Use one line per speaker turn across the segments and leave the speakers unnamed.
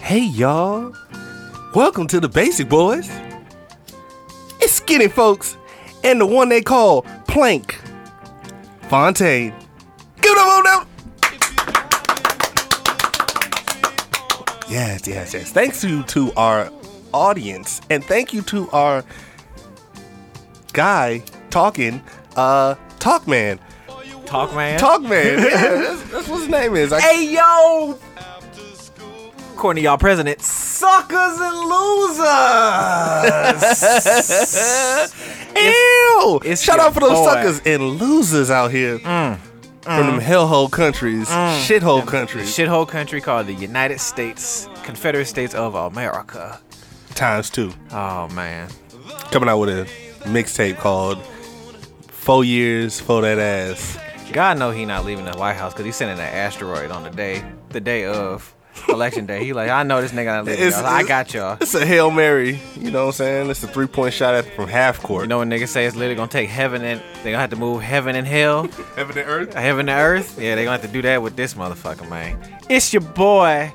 Hey, y'all. Welcome to the Basic Boys. It's Skinny Folks and the one they call Plank Fontaine. Give them on out. Yes, yes, yes. Thanks you to our audience, and thank you to our guy talking, uh, Talkman.
Talk man.
Talkman. Yeah, that's, that's what his name is. I-
Hey yo. Courtney, y'all president. Suckers and losers.
Ew!
it's
Shout
your
out for those
boy. Mm.
suckers and losers out here from them hellhole countries, shithole countries,
Shithole country called the United States, Confederate States of America.
times two.
Oh man.
Coming out with a mixtape called Four Years for That Ass.
God know he not leaving the White House because he's sending an asteroid on the day, the day of election day. He like, I know this nigga not leaving.
It's-
y'all. I got y'all.
It's a Hail Mary. You know what I'm saying? It's a three point shot at, from half court.
You know when niggas say it's literally gonna take heaven and they gonna have to move heaven and hell.
Heaven and earth.
Heaven to earth? Yeah, they gonna have to do that with this motherfucker, man. It's your boy.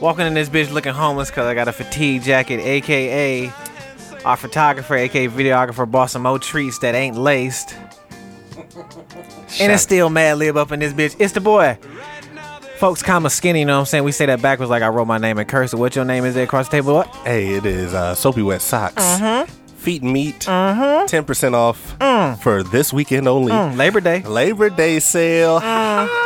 Walking in this bitch looking homeless because I got a fatigue jacket, aka our photographer, aka videographer, bought some old treats that ain't laced. And it's still Mad Lib up in this bitch. It's the boy. Folks, comma skinny, you know what I'm saying? We say that backwards like I wrote my name in cursive. What your name is there across the table? What?
Hey, it is uh, Soapy Wet Socks.
Mm-hmm.
Feet and meat. 10% off for this weekend only.
Mm, Labor Day.
Labor Day sale.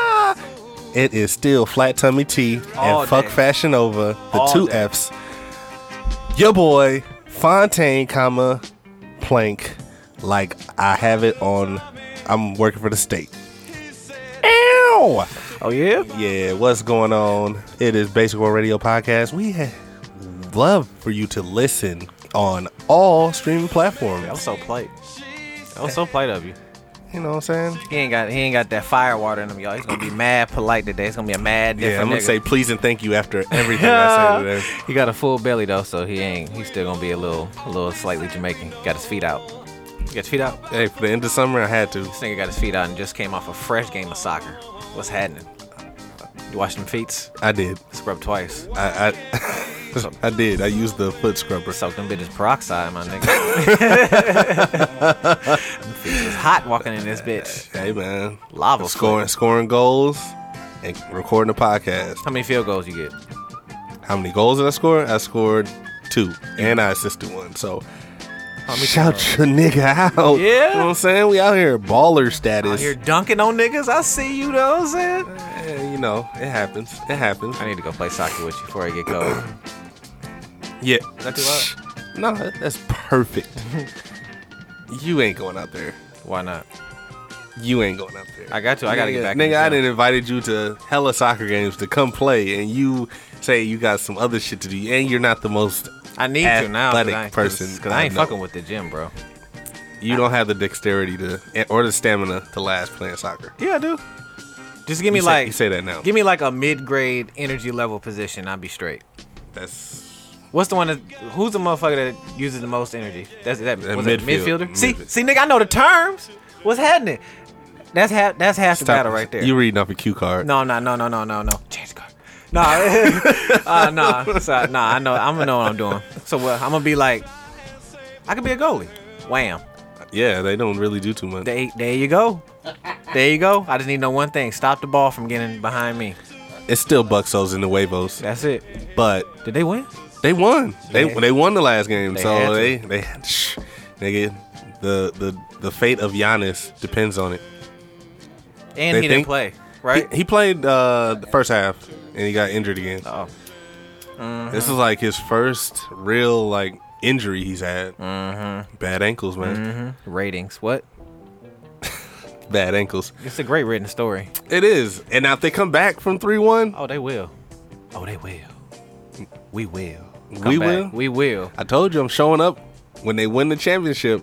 It is still flat tummy tea
Ah. All
and fuck
day.
fashion over the
All
two
day.
F's. Your boy Fontaine, comma Plank, like I have it on. I'm working for the state. Ow!
Oh, yeah?
Yeah, what's going on? It is Basic World Radio Podcast. We ha- love for you to listen on all streaming
That was
platforms.
so polite. That was so polite of you.
You know what I'm saying?
He ain't got he ain't got that fire water in him, y'all. He's gonna be mad polite today. It's gonna be a mad different.
Yeah, I'm gonna
nigga.
say please and thank you after everything I said today.
Uh, He got a full belly though, so he ain't he's still gonna be a little a little slightly Jamaican. Got his feet out. You got his feet out?
Hey, for the end of summer, I had to.
This nigga got his feet out and just came off a fresh game of soccer. What's happening? You wash them feet?
I did.
Scrub twice.
I I, I did. I used the foot scrubber.
Soak them bitches peroxide, my nigga. them feet was hot walking in this bitch.
Hey man,
Lava foot.
scoring scoring goals and recording the podcast.
How many field goals you get?
How many goals did I score? I scored two, and I assisted one. So. Shout your nigga out. You
Yeah.
know what I'm saying? We out here baller
Out
status.
here dunking on niggas. I see you though. I'm saying.
Eh, you know, it happens. It happens.
I need to go play soccer with you before I get cold.
Yeah.
that too loud?
No, that- that's perfect. you ain't going out there.
Why not?
You ain't going out there.
I got to. I gotta
nigga,
get back. in
Nigga,
the
I
gym.
done invited you to hella soccer games to come play, and you say you got some other shit to do, and you're not the most.
I need to now. 'cause
athletic
I,
person,
because I
I
ain't
know.
fucking with the gym, bro.
You don't have the dexterity to, or the stamina to last playing soccer.
Yeah, I do. Just give me
You say-
like
you say that now.
Give me like a mid-grade energy level position. I'll be straight.
That's
What's the one that? Who's the motherfucker that uses the most energy? That's that.
That
was it
midfield-
midfielder? See,
midfield.
see, nigga, I know the terms. What's happening? That's half. That's half the battle right there.
You reading off a cue card?
No, no, no, no, no, no, no. Change the card. Nah, uh, nah, so, nah. I know. I'm gonna know what I'm doing. So what? I'm gonna be like, I could be a goalie. Wham.
Yeah, they don't really do too much.
There, there you go. There you go. I just need to know one thing: stop the ball from getting behind me.
It's still Buxos and the Huevos,
That's it.
but
Did they win?
they won. They
Yeah.
they won the last game,
They had
so
to.
they they shh, nigga. The, the the fate of Giannis depends on it.
And
They
he
think-
didn't play, right?
He, he played uh, the first half and he got injured again.
oh,
This is like his first real like injury he's had.
Mm-hmm.
Bad ankles, man.
ratings. What?
Bad ankles.
It's a great written story.
It is. And now if they come back from three one,
Oh, they will. Oh, they will. We will.
We will?
We will.
I told you I'm showing up when they win the championship.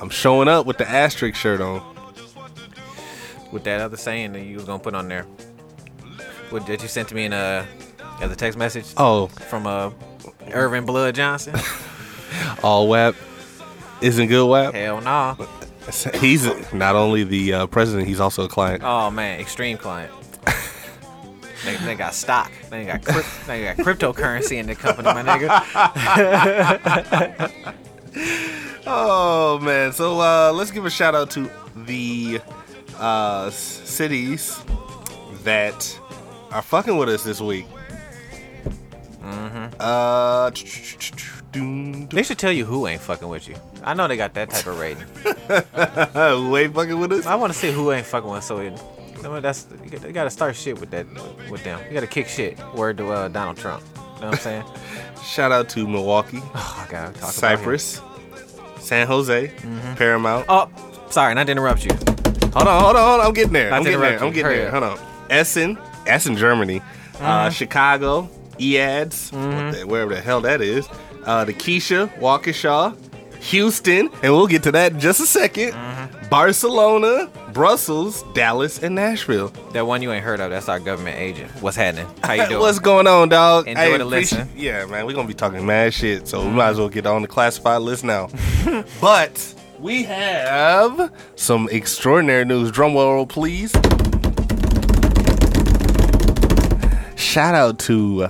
I'm showing up with the asterisk shirt on.
With that other saying that you was gonna put on there, what that you sent to me in a as a text message
Oh,
from uh Irvin Blood Johnson.
all WAP isn't good WAP.
Hell nah.
He's not only the uh, president, he's also a client.
Oh man, extreme client. They, they got stock. They got crypt, they got cryptocurrency in the company, my nigga.
Oh man, so uh, let's give a shout out to the uh, s- cities that are fucking with us this week.
Mm-hmm.
Uh, tch, tch, tch, tch, doom, doom.
They should tell you who ain't fucking with you. I know they got that type of rating.
Who ain't fucking with us?
I want to see who ain't fucking with. So it, I mean, that's you got- you got to start shit with that with them. You got to kick shit. Word to uh, Donald Trump. You know what I'm saying?
Shout out to Milwaukee,
oh, I gotta Ah. talk about him. Mm-hmm.
Cypress, San Jose, Paramount.
Oh, sorry, not to interrupt you.
Hold on, hold on, hold on. I'm getting there.
Not
I'm
to
getting there.
interrupt
I'm
you.
getting
Hurry
there.
up. Uh-huh.
Hold on. Essen, Essen, Germany, uh, Chicago, E EADS,
Mm-hmm.
what the- wherever the hell that is. Uh, the Keisha, Waukesha, Houston, and we'll get to that in just a 2nd
Mm-hmm.
Barcelona, Brussels, Dallas, and Nashville.
That one you ain't heard of. That's our government agent. What's happening? How you doing?
What's going on, dog?
Enjoy the listen.
Yeah, man, we're gonna be talking mad shit, so we might as well get on the classified list now. but we have some extraordinary news. Drum roll, please. Shout out to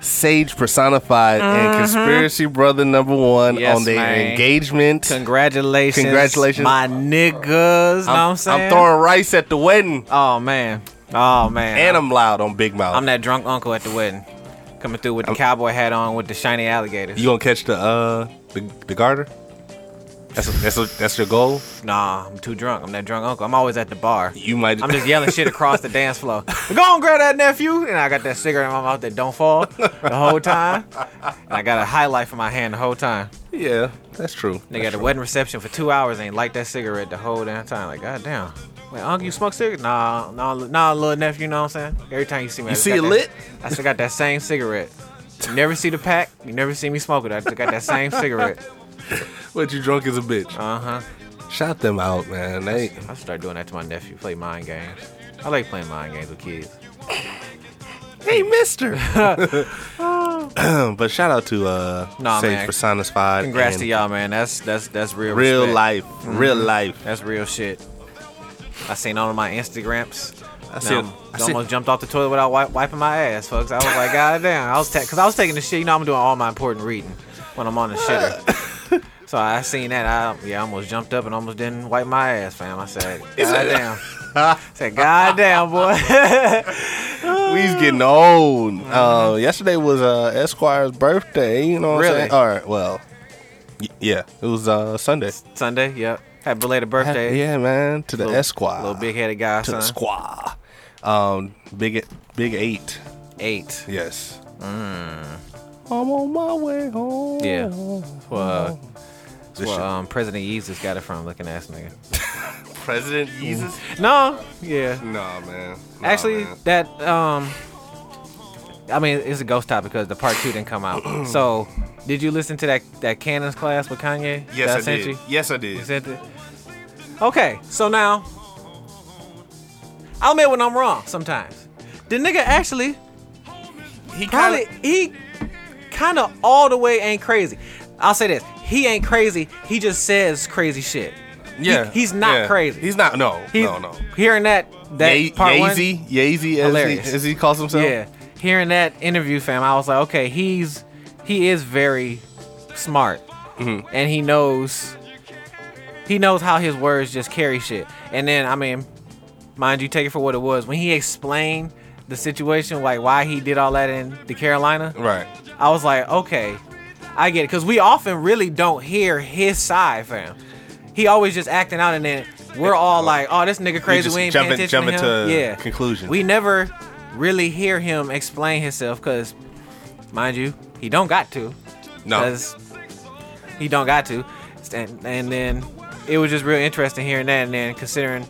Sage Personified and Conspiracy Brother Number One
Mm-hmm. Yes,
on their
man.
engagement.
Congratulations,
Congratulations.
my niggas. know what I'm saying?
throwing rice at the wedding,
Oh man. Oh man.
and I'm loud on Big Mouth.
I'm that drunk uncle at the wedding, coming through with the cowboy hat on with the shiny alligators.
You gonna catch the uh the, the garter? That's that's that's your goal.
nah, I'm too drunk. I'm that drunk uncle. I'm always at the bar.
You might.
I'm just yelling shit across the dance floor. Go on, grab that nephew, and I got that cigarette in my mouth that don't fall the whole time. And I got a highlight for my hand the whole time.
yeah, that's true.
Nigga at the wedding reception for two hours ain't light that cigarette the whole damn time. Like, goddamn. Wait, Uncle, you smoke cigarettes? Nah, nah, li- nah, little nephew, you know what I'm saying? Every time you see me, I
You
just
see
got
it
that-
lit?
I still got that same cigarette. You never see the pack, you never see me smoke it. I just got that same cigarette.
But you drunk as a bitch.
Uh huh.
Shout them out, man. They
I should start doing that to my nephew, play mind games. I like playing mind games with kids.
hey, Mister. but shout out to uh
Nah,
Sage
man.
Personified.
Congrats
and
to y'all, man. That's that's that's real
Real
respect. Mm-hmm.
life, real life.
That's real shit. I seen all of my Instagrams. I,
see it. I see it.
almost jumped off the toilet without wi- wiping my ass, folks. I was like, God damn. I was because I was taking the shit. You know, I'm doing all my important reading when I'm on the shitter. so I seen that. I yeah, I almost jumped up and almost didn't wipe my ass, fam. I said, God damn. I said, God damn, boy.
We's getting old.
Mm-hmm.
Uh, yesterday was uh Esquire's birthday. You know what
Really?
I'm saying? All right. Well, y- yeah, it was uh Sunday.
Sunday, yep. Had belated birthday.
Yeah, man. To the
Little-
Esquire.
Little big headed guy,
to the
son.
squad. Um, big big eight.
Eight.
Yes. Mm. I'm on my way home.
Yeah. Well,
This shit-
well um, President Yeezus got it from looking ass nigga.
President Jesus.
No, yeah.
Nah, man. Nah,
Actually,
Oh, man.
that um, I mean, it's a ghost topic because the part two didn't come out. so, did you listen to that that Cannons class with Kanye? that
Yes, I
sent
did.
You?
Yes, I
You
did.
sent it. Okay, so now I'll admit when I'm wrong sometimes. The nigga actually
He
probably he kind of all the way ain't crazy. I'll say this: he ain't crazy. He just says crazy shit. He-
yeah.
he's not
yeah.
crazy.
He's not. No.
He's-
no. No.
Hearing that that
Ye-
part one,
Yeezy, Yeezy, as
Hilarious.
he, as he calls himself.
Yeah, hearing that interview, fam, I was like, okay, he's he is very smart,
Mm-hmm.
and he knows he knows how his words just carry shit. And then, I mean, mind you, take it for what it was when he explained the situation, like why he did all that in the Carolina.
Right.
I was like, okay, I get it, because we often really don't hear his side, fam. He always just acting out, and then we're all like, oh, this nigga crazy.
just
we ain't
jumping-
paying attention
jumping
to him.
to
yeah.
conclusions.
We never really hear him explain himself, because, mind you, he don't got to.
No.
'Cause he don't got to. And, and then it was just real interesting hearing that, and then considering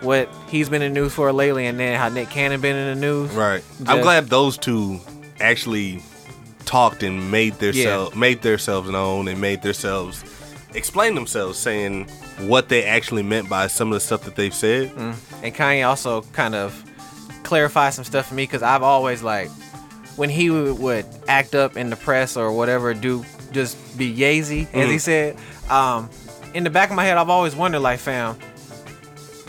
what he's been in the news for lately, and then how Nick Cannon been in the news.
Right. I'm
Just-
glad those two actually talked and made their
Yeah.
self, made themselves known and made themselves explain themselves, saying what they actually meant by some of the stuff that they've said.
and Kanye also kind of clarified some stuff for me because I've always like when he would, would act up in the press or whatever, do just be yazy as he said. Um, in the back of my head, I've always wondered, like, fam,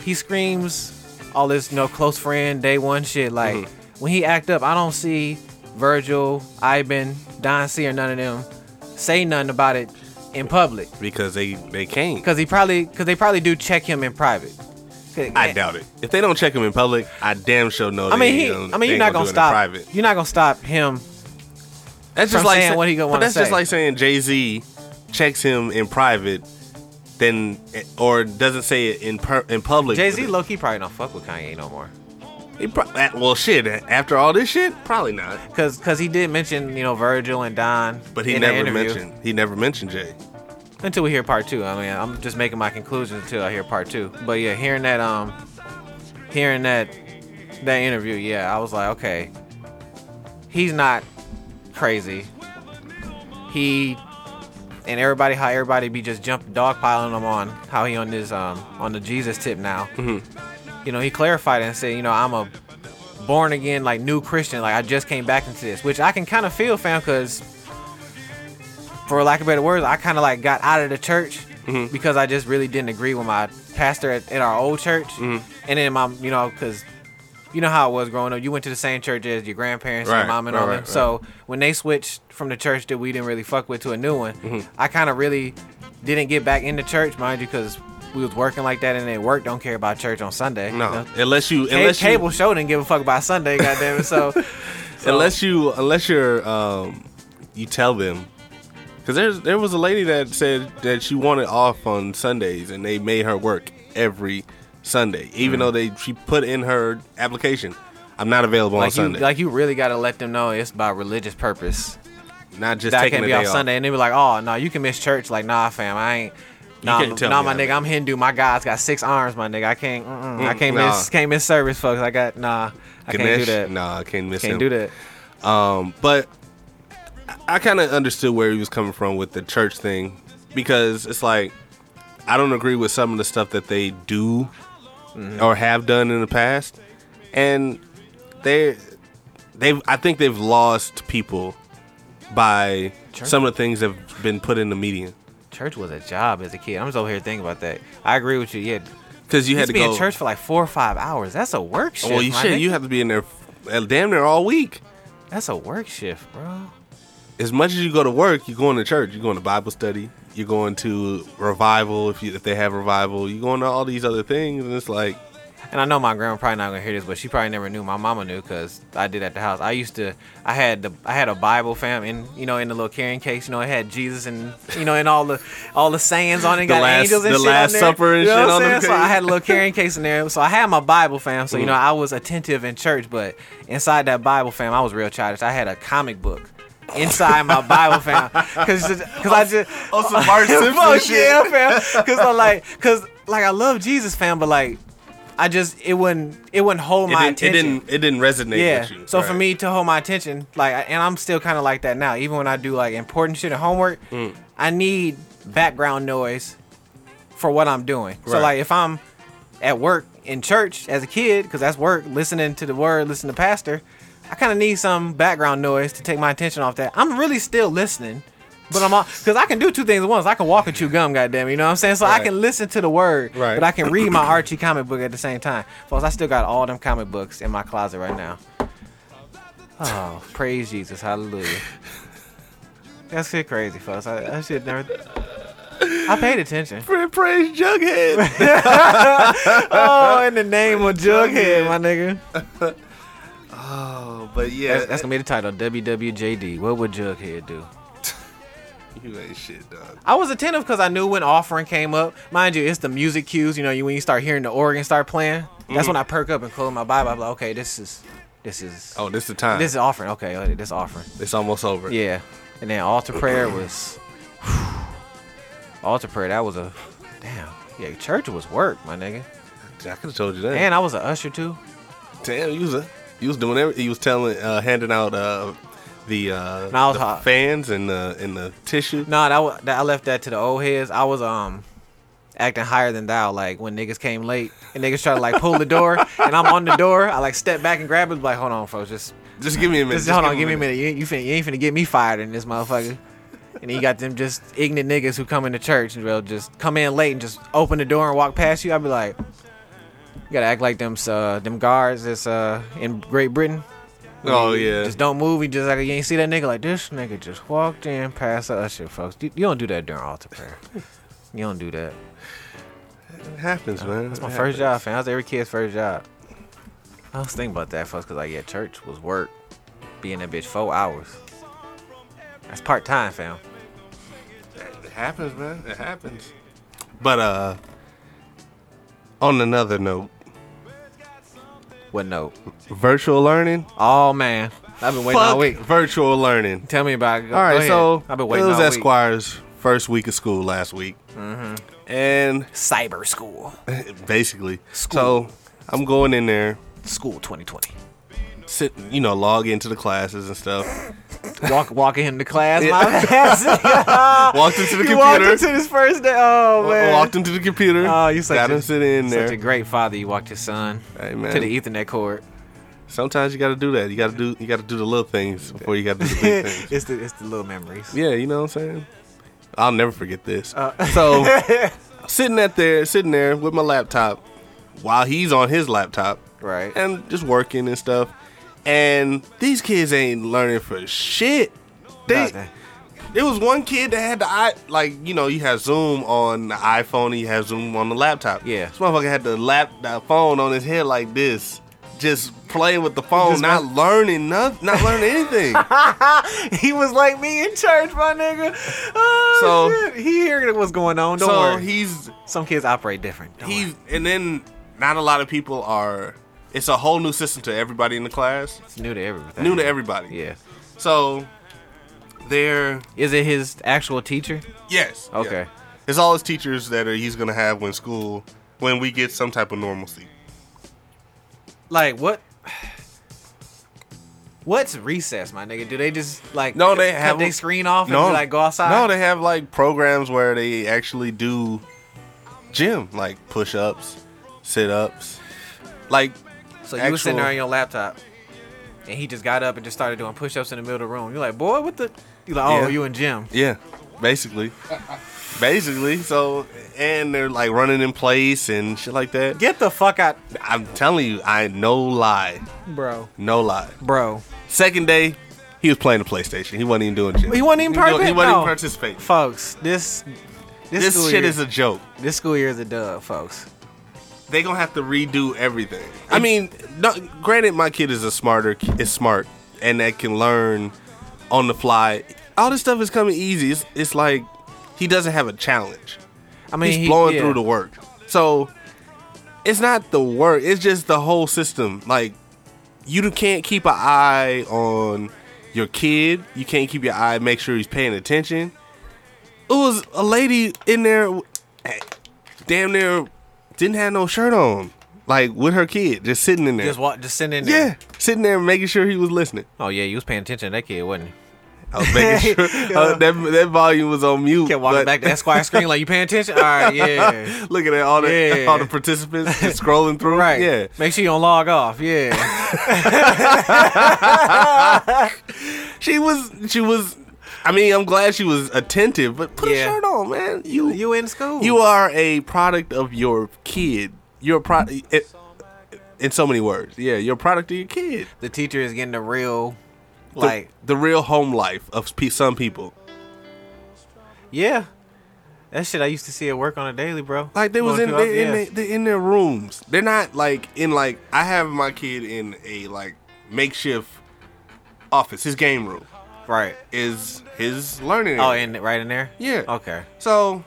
he screams all this, you know, close friend, day one shit, like. when he act up, I don't see Virgil, Ivan, Don C, or none of them say nothing about it in public
because they they can't.
because he probably because they probably do check him in private.
I doubt it. If they don't check him in public, I damn sure know. they
I mean, he,
ain't
I mean,
they
you're
ain't
not
gonna do it
gonna
in
stop.
Private.
You're not gonna stop him.
That's
from
just like
saying
sa-
what he gonna
but
wanna
That's just
say.
like saying Jay Z checks him in private, then or doesn't say it in per, in public.
Jay Z, low key, probably don't fuck with Kanye no more.
He pro- uh, well, shit. After all this shit, probably not.
Cause, cause he did mention you know Virgil and Don,
But he
in the
never
interview.
mentioned. He never mentioned Jay.
until we hear part two. I mean, I'm just making my conclusions until I hear part two. But yeah, hearing that, um, hearing that, that interview, yeah, I was like, okay, he's not crazy. He and everybody, how everybody be just jump dogpiling him on how he on this um on the Jesus tip now.
Mm-hmm.
You know, he clarified and said, you know, I'm a born again like new Christian, like I just came back into this, which I can kind of feel, fam, because for lack of better words, I kind of like got out of the church
Mm-hmm.
because I just really didn't agree with my pastor at, at our old church.
Mm-hmm.
And then my, you know, because you know how it was growing up. You went to the same church as your grandparents,
Right,
your mom, and
right,
all
right,
that.
right.
So when they switched from the church that we didn't really fuck with to a new one,
Mm-hmm.
I kind of really didn't get back into church, mind you, because we was working like that, and at work don't care about church on Sunday. you
No,
know?
unless you
Ca-
unless
cable
you,
show didn't give a fuck about Sunday, goddamn it. So, so-
unless you unless you're um you tell them because there's there was a lady that said that she wanted off on Sundays and they made her work every Sunday
Mm.
even though they she put in her application I'm not available on
like you,
Sunday
like you really gotta let them know it's by religious purpose.
not just
That I
taking
can't
the
be
day
off
off
Sunday, and they be like, "Oh no, you can miss church." Like, nah, fam, I ain't. Nah,
can't tell
nah,
me
my
that.
nigga, I'm Hindu. My God's got six arms, my nigga. I can't, mm-mm, I
Mm,
can't
nah.
miss, can't miss service, folks. I got, nah, I can't do
Ganesh?
that.
Nah, I can't miss
can't
him.
do that.
but I- I kind of understood where he was coming from with the church thing because it's like I don't agree with some of the stuff that they do
Mm-hmm.
or have done in the past, and they they've I think they've lost people by
Sure.
some of the things that have been put in the media
Church was a job as a kid. I'm just over here thinking about that. I agree with you. Yeah,
because you
you
had to
had be
go
in church for like four or five hours. That's a work shift.
Well, you
my
shit,
nigga.
you have to be in there f- uh, damn near all week.
That's a work shift, bro.
as much as you go to work, you're going to church, you're going to Bible study, you're going to revival if you if they have revival, you're going to all these other things, and it's like
And I know my grandma probably not gonna hear this, but she probably never knew. My mama knew because I did at the house. I used to, I had the, I had a Bible fam, in you know, in the little carrying case. You know, it had Jesus and you know, and all the, all the sayings on it. Got
last-
angels and
the
shit
Last
on there.
Supper and
you know
shit
what
on
I'm
the
saying? So I
case.
had a little carrying case in there. So I had my Bible fam. So you know,
Mm.
I was attentive in church, but inside that Bible fam, I was real childish. I had a comic book. Inside my Bible fam, because
Oh,
I just
on some Bart Simpson
Fuck
shit.
yeah, fam. Cause I like, cause like I love Jesus, fam, but like, I just it wouldn't it wouldn't hold
it
my
didn't, it
attention.
didn't it didn't resonate
yeah.
with you.
So for
Right.
me to hold my attention, like, I- and I'm still kind of like that now. Even when I do like important shit and homework,
Mm.
I need background noise for what I'm doing. So
Right.
like, if I'm at work in church as a kid, cause that's work, listening to the word, listening to pastor, I kind of need some background noise to take my attention off that. I'm really still listening. But I'm all, cause I can do two things at once. I can walk and chew gum, goddamn. it, You know what I'm saying? So I
Right.
can listen to the word,
Right.
but I can read my Archie comic book at the same time. Folks, I still got all them comic books in my closet right now. Oh, praise Jesus, hallelujah. That shit crazy, folks. I, that shit never. I paid attention.
Pra- praise Jughead.
Oh, in the name of Jughead, my nigga.
oh, but yeah,
That's, that's gonna be the title. WWJD. What would Jughead do?
you ain't shit, dog.
I was attentive because I knew when offering came up. Mind you, it's the music cues. You know, you when you start hearing the organ start playing, that's when I perk up and close my Bible. I'm like, okay, this is, this is,
Oh, this is the time.
this is offering. Okay, okay, this offering.
it's almost over.
Yeah, and then altar prayer was, altar prayer. That was a, damn. Yeah, church was work, my nigga.
I could have told you that.
And I was an usher too.
Damn, you was a, you was doing everything. You was telling, uh, handing out uh, the uh,
Nah, I was
the
hot.
fans and the and the tissue.
No, that, wa- that I left that to the old heads. I was um acting higher than thou. Like when niggas came late and niggas try to like pull the door, and I'm on the door. I like step back and grab it. Like hold on, folks, just
Just give me a minute.
Just, hold on,
a
give me a minute. You, ain't- you, finna, you ain't finna get me fired in this motherfucker. and then you got them just ignorant niggas who come into church and they'll just come in late and just open the door and walk past you. I'd be like, you gotta act like them uh, them guards that's uh, in Great Britain.
Oh, yeah.
Just don't move. You just like you ain't see that nigga like this nigga just walked in past the usher, folks. You, you don't do that during altar prayer. you don't do that.
It happens, man.
That's my first job, fam. That was every kid's first job. I was thinking about that first because, like, yeah, church was work. Being that bitch four hours. That's part time, fam.
It happens, man. It happens. But uh, on another note,
What note?
virtual learning.
Oh, man. I've been waiting all
Fuck
week.
virtual learning.
Tell me about it. Go-
All
go
right,
ahead.
so
I've been waiting
it was
all week. Mm-hmm.
Esquire's first week of school last week, and
Cyber School.
basically, so
School.
I'm going in there,
School 2020.
sit, you know, log into the classes and stuff.
Walk, walking him to class, my ass.
Walked into the
He walked
computer.
into his first day. Oh, man.
Walked into the computer.
Oh, you such
got
a,
him sitting in
such
there.
a great father. You walked your son
Hey, man.
to the Ethernet cord.
Sometimes you got to do that. You got to do you got to do the little things before you got to do the big things.
it's the it's the little memories.
Yeah, you know what I'm saying? I'll never forget this.
Uh,
so sitting at there, sitting there with my laptop while he's on his laptop
Right.
and just working and stuff. And these kids ain't learning for shit. They,
Nothing.
there was one kid that had the i like you know you have Zoom on the iPhone and you have Zoom on the laptop.
Yeah.
this motherfucker had the lap the phone on his head like this, just playing with the phone,
Just
not learning nothing, not learning anything.
he was like me in church, my nigga. so
So-
shit. he hearing what's going on. Don't
so
worry.
he's
Some kids operate different. Don't worry.
He's and then not a lot of people are. It's a whole new system to everybody in the class,
It's new to everything.
new to everybody.
Yeah.
So they're
Is it his actual teacher?
yes. yeah.
Okay.
It's all his teachers that are, he's gonna have when school when we get some type of normalcy.
Like what? What's recess, my nigga? Do they just like
No, they
cut
have
their screen off and be like go outside?
No, they have like programs where they actually do gym, like push ups, sit ups, like
So you were
actual-
sitting there on your laptop, and he just got up and just started doing push-ups in the middle of the room. You're like, boy, what the? You're like, oh,
Yeah.
you in gym?
Yeah, basically. basically. So, and they're like running in place and shit like that.
Get the fuck out,
I'm telling you, I no lie,
bro,
no lie.
bro.
Second day, he was playing the PlayStation. He wasn't even doing shit.
He wasn't even
doing-
participating.
He wasn't
No.
even participating.
folks. This this,
This
school
shit
year,
is a joke.
this school year is a dub, folks.
They gonna have to redo everything. I mean, no, granted, my kid is a smarter, is smart, and that can learn on the fly. All this stuff is coming easy. It's, it's like he doesn't have a challenge.
I mean,
he's
he-
blowing
yeah.
through the work. So it's not the work; it's just the whole system. Like you can't keep an eye on your kid. You can't keep your eye make sure he's paying attention. It was a lady in there, w- damn near didn't have no shirt on, like with her kid just sitting in there.
Just walk, just sitting in there.
yeah, sitting there making sure he was listening.
Oh yeah, you was paying attention to that kid, wasn't you?
I was making sure uh, that that volume was on mute.
Kept walking
but-
back to Esquire screen like you paying attention. All right, yeah,
looking at all the
Yeah.
all the participants just scrolling through.
right.
Yeah.
Make sure you don't log off. Yeah.
She was she was I mean, I'm glad she was attentive, but put
Yeah.
a shirt on, man. You you
you in school?
you are a product of your kid. You're a pro- it, in so many words. Yeah, you're a product of your kid.
the teacher is getting the real,
The-
like
the real home life of pe- some people.
yeah. That shit I used to see at work on a daily, bro.
Like they was
Going
in
through-
they, in,
yeah.
they, they in their rooms. They're not like in like I have my kid in a like makeshift office. His game room
right.
is his learning.
Oh,
area.
in right in there.
Yeah.
Okay,
so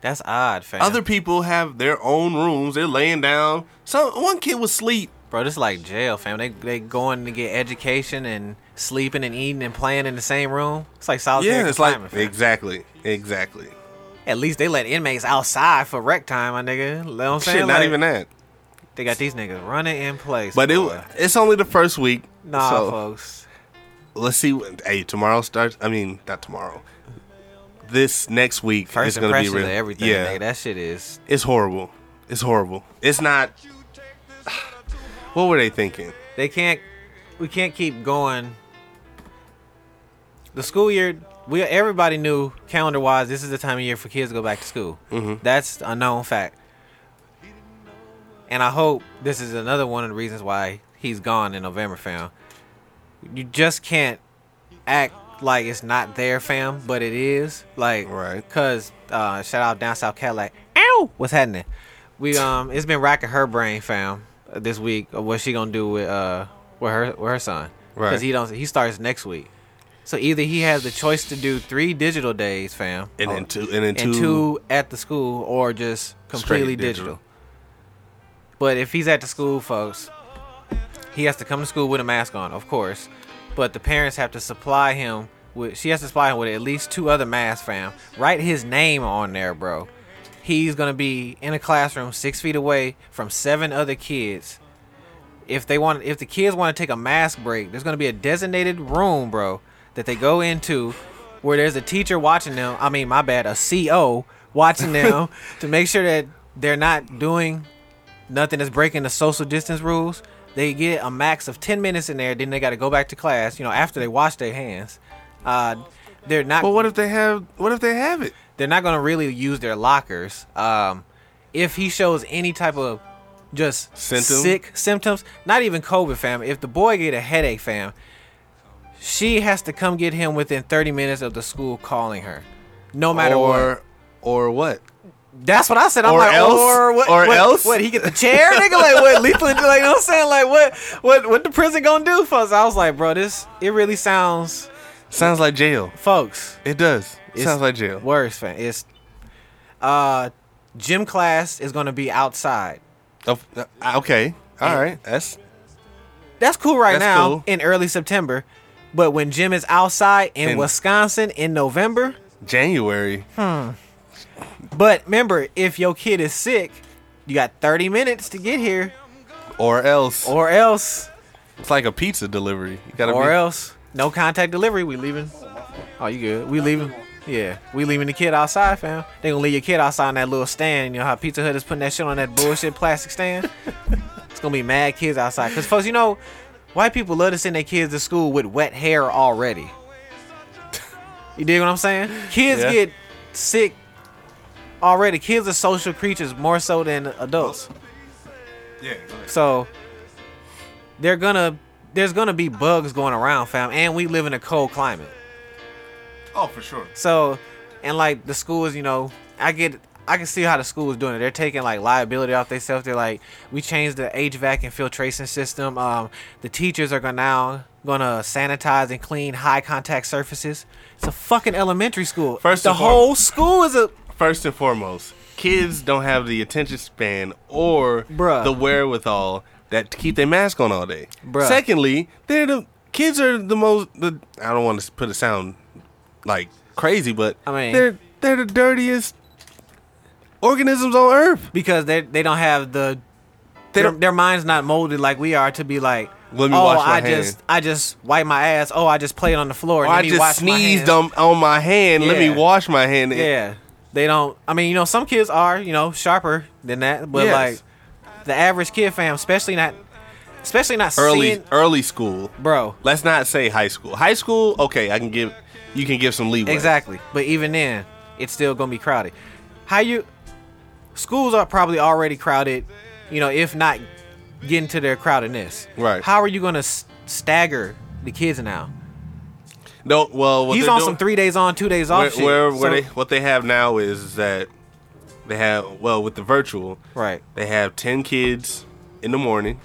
that's odd, fam.
Other people have their own rooms. They're laying down. Some one kid was sleep.
Bro, this is like jail, fam. They they going to get education and sleeping and eating and playing in the same room. It's like solitary
Yeah, it's like
confinement, fam.
exactly, exactly.
At least they let inmates outside for rec time, my nigga. You know what I'm saying?
Shit, not
Like,
even that.
They got these niggas running in place.
But
boy.
it it's only the first week.
nah,
so
folks.
let's see. what- Hey, tomorrow starts. I mean, not tomorrow. This next week
First
is gonna be
impressions
real.
of everything,
yeah,
nigga. That shit is.
it's horrible. It's horrible. It's not. What were they thinking?
They can't. We can't keep going. The school year, we everybody knew calendar wise, this is the time of year for kids to go back to school. That's a known fact. And I hope this is another one of the reasons why he's gone in November, fam. you just can't act like it's not there, fam, but it is. Like,
Right.
Cause uh, shout out down south Cadillac. Ow, what's happening? We um, it's been racking her brain, fam, this week. Of what she gonna do with uh, with her with her son?
Right.
Cause he don't he starts next week. So either he has the choice to do three digital days, fam,
And then two, and then two,
Oh, and two at the school, or just completely
straight digital.
digital. But if he's at the school, folks, he has to come to school with a mask on, of course. But the parents have to supply him with. She has to supply him with at least two other masks, fam. Write his name on there, bro. He's gonna be in a classroom six feet away from seven other kids. If they want, if the kids want to take a mask break, there's gonna be a designated room, bro, that they go into, where there's a teacher watching them. I mean, my bad, a CO watching them to make sure that they're not doing nothing that's breaking the social distance rules. They get a max of 10 minutes in there, then they got to go back to class, you know, after they wash their hands. Uh, they're not
But what if they have? What if they have it?
they're not going to really use their lockers. Um, if he shows any type of just
Symptom?
sick symptoms, not even COVID, fam. If the boy get a headache, fam, she has to come get him within 30 minutes of the school calling her. No matter what.
Or, or what?
That's what I said. I'm
Or
like,
else?
or what?
Or
what,
else?
What? He get the chair, nigga. Like what? Lethal? Like you know what I'm saying? Like what? What? What the prison gonna do for us? I was like, bro, this it really sounds,
Sounds like jail.
folks.
It does.
It's
Sounds like jail.
Worse, fam. It's uh, gym class is gonna be outside.
Of- uh, okay. All right. That's
That's cool right
That's
now
cool.
in early September, but when gym is outside in
In-
Wisconsin in November,
January.
but remember, if your kid is sick, you got 30 minutes to get here,
Or else.
or else.
it's like a pizza delivery. You gotta
or
be,
else no contact delivery. We leaving. Oh, you good? We leaving. Yeah, we leaving the kid outside, fam. They gonna leave your kid outside in that little stand. You know how Pizza Hut is putting that shit on that bullshit plastic stand. it's gonna be mad kids outside. Cause folks, you know, white people love to send their kids to school with wet hair already. you dig what I'm saying? Kids
Yeah.
get sick already. Kids are social creatures more so than adults.
Yeah.
So they're gonna there's gonna be bugs going around, fam, and we live in a cold climate.
Oh, for sure.
So and like the schools, you know, I get I can see how the school is doing it. They're taking like liability off themselves. They're like, we changed the HVAC and filtration system. Um, the teachers are gonna now gonna sanitize and clean high contact surfaces. It's a fucking elementary school.
First
the
and foremost-
whole school is a
First and foremost, kids don't have the attention span or
Bruh.
the wherewithal that to keep their mask on all day.
Bruh.
Secondly, they're the kids are the most. The I don't want to put it sound like crazy, but
I mean-
they're they're the dirtiest organisms on earth.
because they they don't have the
They
their,
don't-
their mind's not molded like we are to be like
Let me
oh
wash my
I
hand."
just I just wipe my ass oh I just played on the floor and
I
let me
just
wash my
sneezed
hands."
on, on my hand. Let me
Yeah.
wash my hand.
yeah they don't I mean you know some kids are you know sharper than that but
Yes.
like the average kid fam especially not especially not
Early
seeing,
early school.
bro
Let's not say high school. High school, okay, I can give you can give some leeway.
Exactly. But even then, it's still gonna be crowded. How you schools are probably already crowded, you know, if not getting to their crowdedness.
Right.
How are you gonna s- stagger the kids now?
No, well, what
He's
they're
on
doing-
some three days on, two days off
where,
Oh, shit.
where, where
So-
they what they have now is that they have well with the virtual
Right.
they have 10 kids in the morning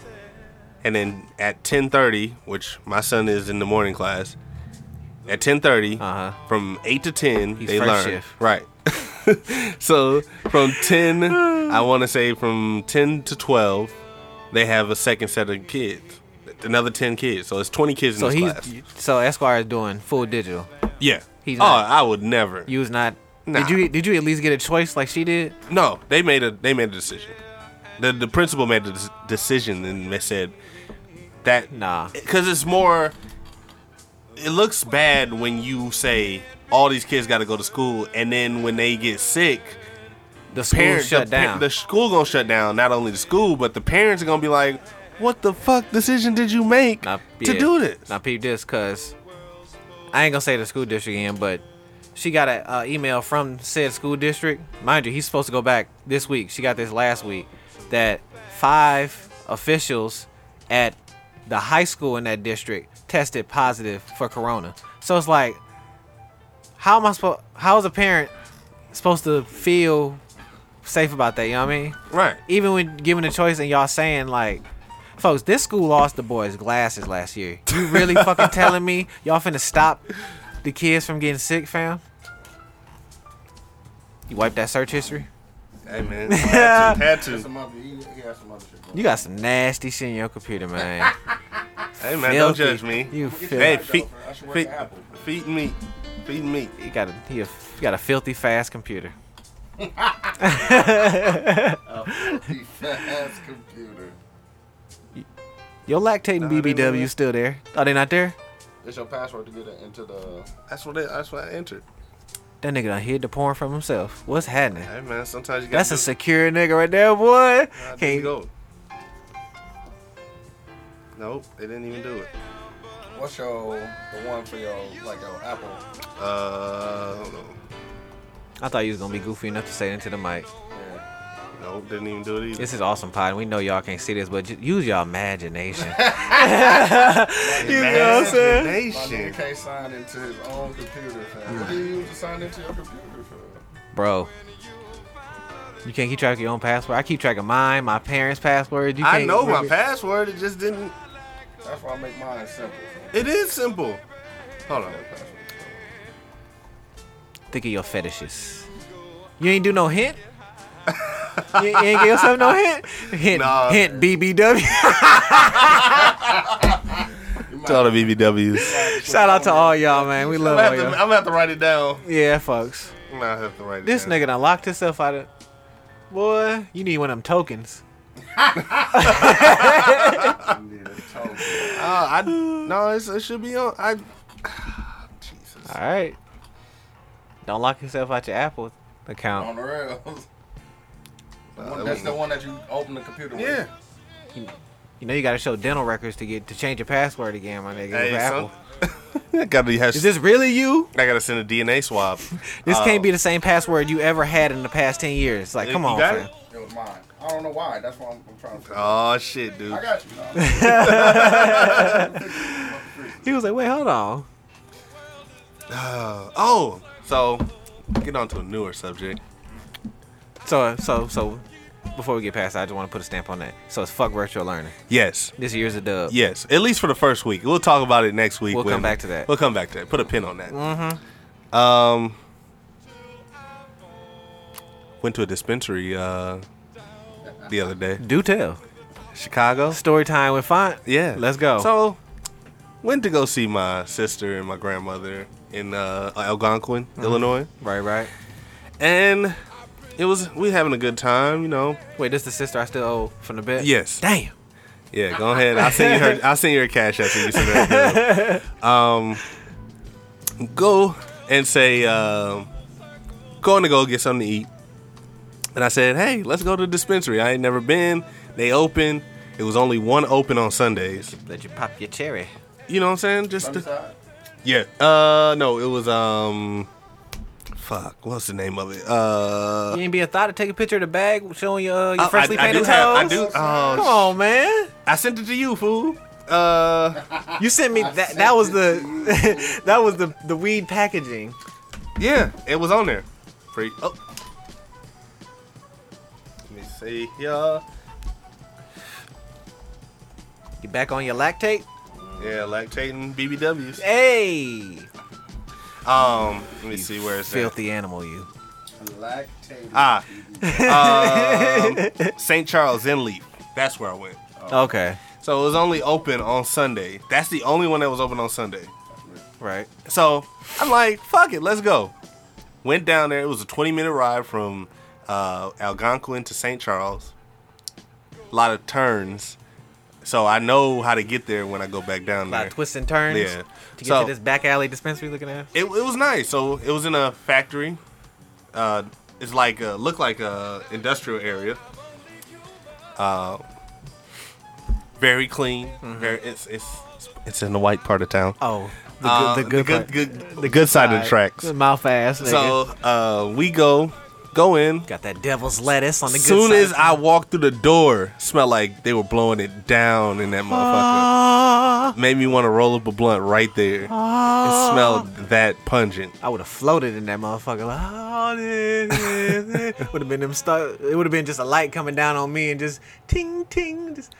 and then at 10.30 which my son is in the morning class at 10.30
Uh-huh.
from 8 to 10
He's
they
first
learn
shift.
right so from 10 i want to say from 10 to 12 they have a second set of kids another 10 kids so it's 20 kids in
So
this
he's
class
so Esquire is doing full digital.
yeah
he's
oh
not-
i would never
You was not
Nah.
Did you did you at least get a choice like she did?
No, they made a they made a decision. The the principal made a des- decision and they said that
Nah.
because it's more. It looks bad when you say all these kids got to go to school, and then when they get sick,
The school
parents
shut
the, pa-
down.
The school gonna shut down. Not only the school, but the parents are gonna be like, "What the fuck decision did you make
Now,
to
yeah,
do this?"
Now peep this, cause I ain't gonna say the school district again, but she got an uh, email from said school district. Mind you, he's supposed to go back this week. She got this last week that five officials at the high school in that district tested positive for corona. So it's like, how am I supposed? How is a parent supposed to feel safe about that? You know what I mean?
Right.
Even when given the choice and y'all saying like, folks, this school lost the boys glasses last year. You really fucking telling me y'all finna stop the kids from getting sick, fam? You wipe that search history.
Hey man, had to, had to.
Some other, he, he has some other shit. going on.
You got some nasty shit in your computer, man.
Hey man, don't
Filthy.
judge me.
You
hey,
filthy.
feed,
I should work
feed,
at Apple.
feed me, feed me.
You got a he a, you got a filthy fast computer.
The fast computer.
Your lactating
Nah, they
BBW
not.
still there? Are they not there?
It's your password to get it into the.
That's what I, that's what I entered.
That nigga done hid the porn from himself. What's happening?
Hey man, sometimes you gotta.
That's a
do-
secure nigga right there, boy.
Nah, there you
Can't
go. Nope, they didn't even do it.
What's your the one for your like your Apple?
Uh, hold on.
I thought you was gonna be goofy enough to say it into the mic.
Yeah.
Nope, didn't even do it either.
This is awesome pod. and We know y'all can't see this, but ju- use your imagination. you know what I'm saying?
My
Imagination.
nigga can't sign into his own computer. Fam. What do you use to sign into your computer for?
Bro. You can't keep track of your own password. I keep track of mine, my parents' password. You can't
I know my
remember-
password. It just didn't.
That's why I make mine simple. Fam.
It is simple. Hold on.
That password.
Think of your fetishes. You ain't do no hint. you, you ain't give yourself no hint. Hint,
Nah.
hint, BBW.
You might-
To all the BBWs.
Shout out to all y'all, man. We
I'm
love
gonna,
all
have to, I'm
y'all.
gonna have to write it down.
Yeah, folks.
I'm gonna have to write it
This
down.
nigga done locked himself out of. Boy, you need one of them tokens.
You need a token.
Uh, I no, it's, it should be on. I Jesus.
All right. Don't lock yourself out your Apple
On
account.
the rails.
Uh,
That's the one that you open the computer with.
Yeah.
You know you gotta show dental records to get to change your password again, my nigga.
Hey,
with
son.
Apple.
I gotta be.
Is this really you?
I gotta send a DNA swab.
This
Uh,
can't be the same password you ever had in the past ten years. Like,
You-
come
you
on,
got
fam.
it?
It was mine. I don't know why. That's why I'm, I'm trying to figure out.
Oh shit, dude.
I got you. dog.
He was like, wait, hold on.
Uh, oh, so get on to a newer subject.
So so so before we get past that, I just want to put a stamp on that. So it's fuck virtual learning.
Yes.
This year's a dub.
Yes, at least for the first week. We'll talk about it next week.
We'll come back to that.
We'll come back to that. Put a pin on that. Mm-hmm. Um, went to a dispensary uh, the other day,
Do tell.
Chicago.
Story time with Font.
Yeah,
Let's go.
So, went to go see my sister and my grandmother in uh, Algonquin,
Mm-hmm.
Illinois,
right, right.
and it was we having a good time. You know,
Wait, this the sister I still owe from the bet?
Yes.
Damn.
Yeah, go ahead. I'll send you her. I'll send you her cash after you send her. bill. Um, go and say, um, going to go get something to eat. And I said, hey, let's go to the dispensary. I ain't never been. They open. It was only one open on Sundays.
Let you pop your cherry.
You know what I'm saying? Just
Sunny
to,
side?
yeah. Uh, no, it was um, fuck. What's the name of it? Uh,
You ain't be a thought to take a picture of the bag showing your, uh, your
Oh, I-
freshly
I, I
painted
do
toes?
have. I do. Oh,
Come on, man.
I sent it to you, fool. Uh,
You sent me that. that was the that was the the weed packaging.
Yeah, it was on there. Free. Oh. Let me see here.
You back on your lactate?
Yeah, lactating BBWs.
Hey.
Um, let me see where it's at.
Filthy animal, you.
Lactated.
Ah. Um, St. Charles in Leaf. That's where I went.
Okay.
So it was only open on Sunday. That's the only one that was open on Sunday.
Right.
So I'm like, fuck it, let's go. Went down there. It was a 20 minute ride from uh, Algonquin to St. Charles. A lot of turns. So I know how to get there when I go back down
A
there.
lot of twists and turns
Yeah.
to get
So-
to this back alley dispensary looking at.
it, it was nice. So it was in a factory. Uh, it's like a, looked like a industrial area. Uh, very clean.
Mm-hmm.
Very it's it's it's in the white part of town.
Oh, the,
Uh,
good, the good,
the good, the good side of the tracks.
Mouth ass.
So uh, we go Go in.
Got that devil's lettuce on the good
Soon
side.
as I walked through the door, smelled like they were blowing it down in that motherfucker.
Ah,
Made me want to roll up a blunt right there.
ah.
It smelled that pungent.
I would have floated in that motherfucker. Like, oh, would have been them star- It would have been just a light coming down on me and just ting ting. Just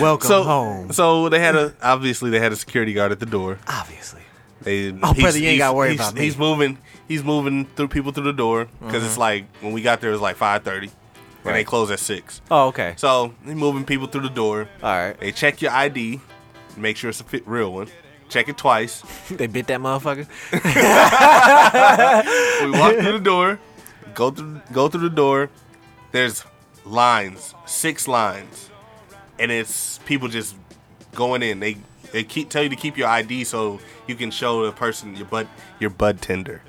Welcome
So,
home.
so they had a obviously they had a security guard at the door.
Obviously.
They,
Oh, brother, you ain't gotta worry
he's-
about me. Uh-huh.
He's moving. He's moving through people through the door because it's like when we got there it was like five thirty, and they
Right.
close at six.
Oh, okay.
So they moving people through the door.
All right.
They check your ID, make sure it's a fit, real one. Check it twice.
They bit that motherfucker.
We walk through the door, go through go through the door. There's lines, six lines, and it's people just going in. They they keep tell you to keep your ID so you can show the person your bud your bud tender,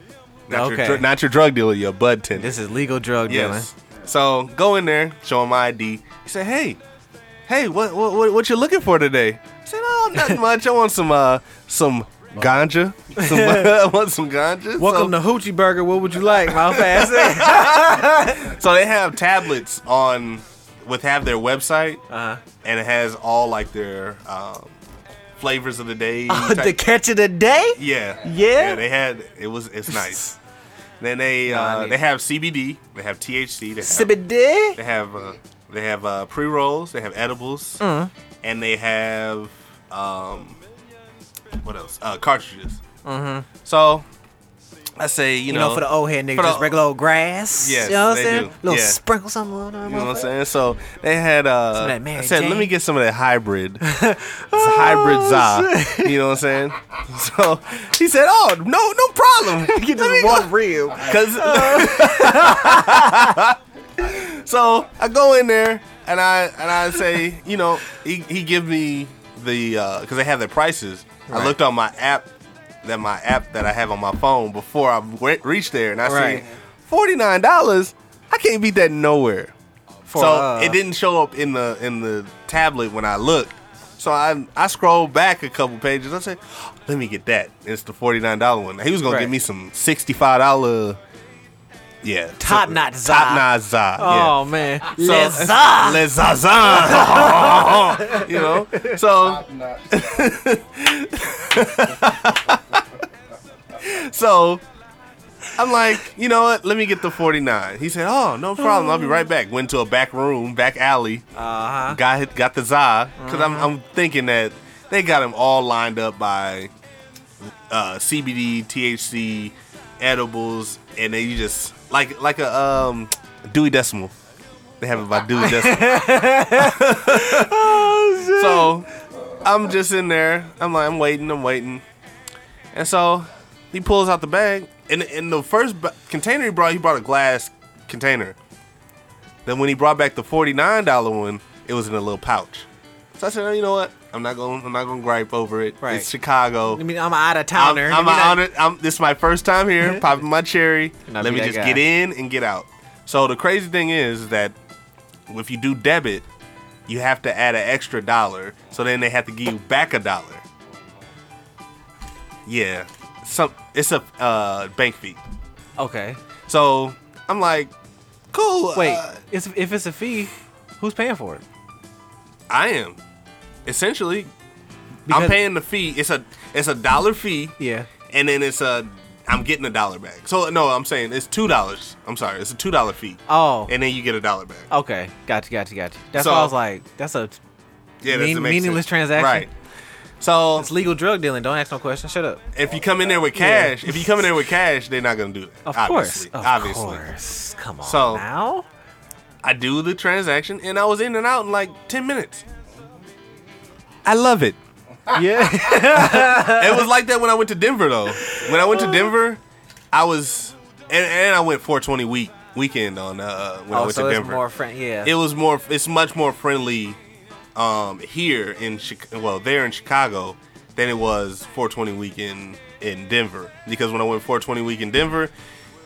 not
Okay.
your dr- not your drug dealer, your bud tender.
This is legal drug
yes. So go in there, show him my ID. He said, "Hey, hey, what what what, what you looking for today?" I said, "Oh, nothing much. I want some uh some." Ganja, some, I want some ganja.
dealing. Welcome
So-
to Hoochie Burger. What would you like, my fast?
So they have tablets on with have their website,
uh,
and it has all like their um, flavors of the day. type-
the catch of the day?
yeah,
Oh, Yeah?
They had it was it's nice. then they uh,
I need-
they have CBD, they have THC, they have
CBD?
they have uh, they have uh, pre rolls, they have edibles,
Mm-hmm.
and they have um, what else? Uh, cartridges. Mm-hmm. So I say you,
You know, for the old head nigga,
for the-
just regular old grass.
Yes,
you know what
they
I'm saying?
do.
Little
Yeah.
sprinkle something on them.
You know what I'm saying? So they had uh
of that Mary
I said, let
Jane. Oh,
me get some of that hybrid. It's hybrid za. You know what I'm saying? So he said, Oh, no, no problem.
Get this one rib.
Cause
Oh.
So I go in there and I and I say, you know, he, he give me the uh because they have their prices. I
Right.
looked on my app that my app that I have on my phone before I re- reached there and I
Right.
see forty nine dollars. I can't beat that nowhere
For,
so
uh,
it didn't show up in the in the tablet when I looked. So I I scrolled back a couple pages. I said, "Let me get that." It's the forty nine dollar one. He was gonna
Right.
give me some sixty five dollar, yeah,
Top knot za.
top knot za.
Oh, man.
yeah. uh-huh.
So, Lizard.
Le za za. you know. So
I'm not.
so. I'm like, you know what? Let me get the 49. He said, "Oh, no problem. I'll be right back." Went to a back room, back alley.
Uh-huh.
got got the za because I'm, I'm thinking that they got them all lined up by uh, CBD, THC, edibles, and then you just like like a um, Dewey Decimal. They have it by Dewey Decimal. so I'm just in there. I'm like I'm waiting. I'm waiting, and so he pulls out the bag. And in the first ba- container he brought, he brought a glass container. Then when he brought back the forty nine dollar one, it was in a little pouch. So I said, oh, you know what? I'm not going. to I'm not going to gripe over it.
Right.
It's Chicago.
I mean, I'm out of
I'm,
towner.
I'm,
I mean, I-
an honor- I'm- This is my first time here, popping my cherry.
And I'll
Let
be
me
that
just
guy.
get in and get out. So the crazy thing is that if you do debit, you have to add an extra dollar. So then they have to give you back a dollar. Yeah, some it's a uh, bank fee.
Okay.
So I'm like, cool.
Wait,
uh,
it's, if it's a fee, who's paying for it?
I am essentially.
Because-
I'm paying the fee. It's a it's a dollar fee.
Yeah.
and then it's a I'm getting a dollar back. So no, I'm saying it's two dollars. I'm sorry, it's a two dollar fee,
Oh.
and then you get a dollar back.
okay. Gotcha, gotcha, gotcha. That's
So-
why I was like, that's a
Yeah,
Mean-
doesn't make
meaningless transaction?
Right. So
it's legal drug dealing. Don't ask no questions. Shut up.
if you come in there with cash, if you come in there with cash, they're not gonna do that.
Of
obviously.
course. Of
obviously.
course. Come on
So-
now.
I do the transaction, and I was in and out in like ten minutes. I love it.
Yeah.
it was like that when I went to Denver though. When I went
Uh-huh.
to Denver, I was and, and I went 420 week weekend on uh when I
oh,
went
so
to
it's
Denver.
more friend. Yeah.
it was more it's much more friendly um here in Chic- well there in Chicago than it was 420 week in in Denver because when I went 420 week in Denver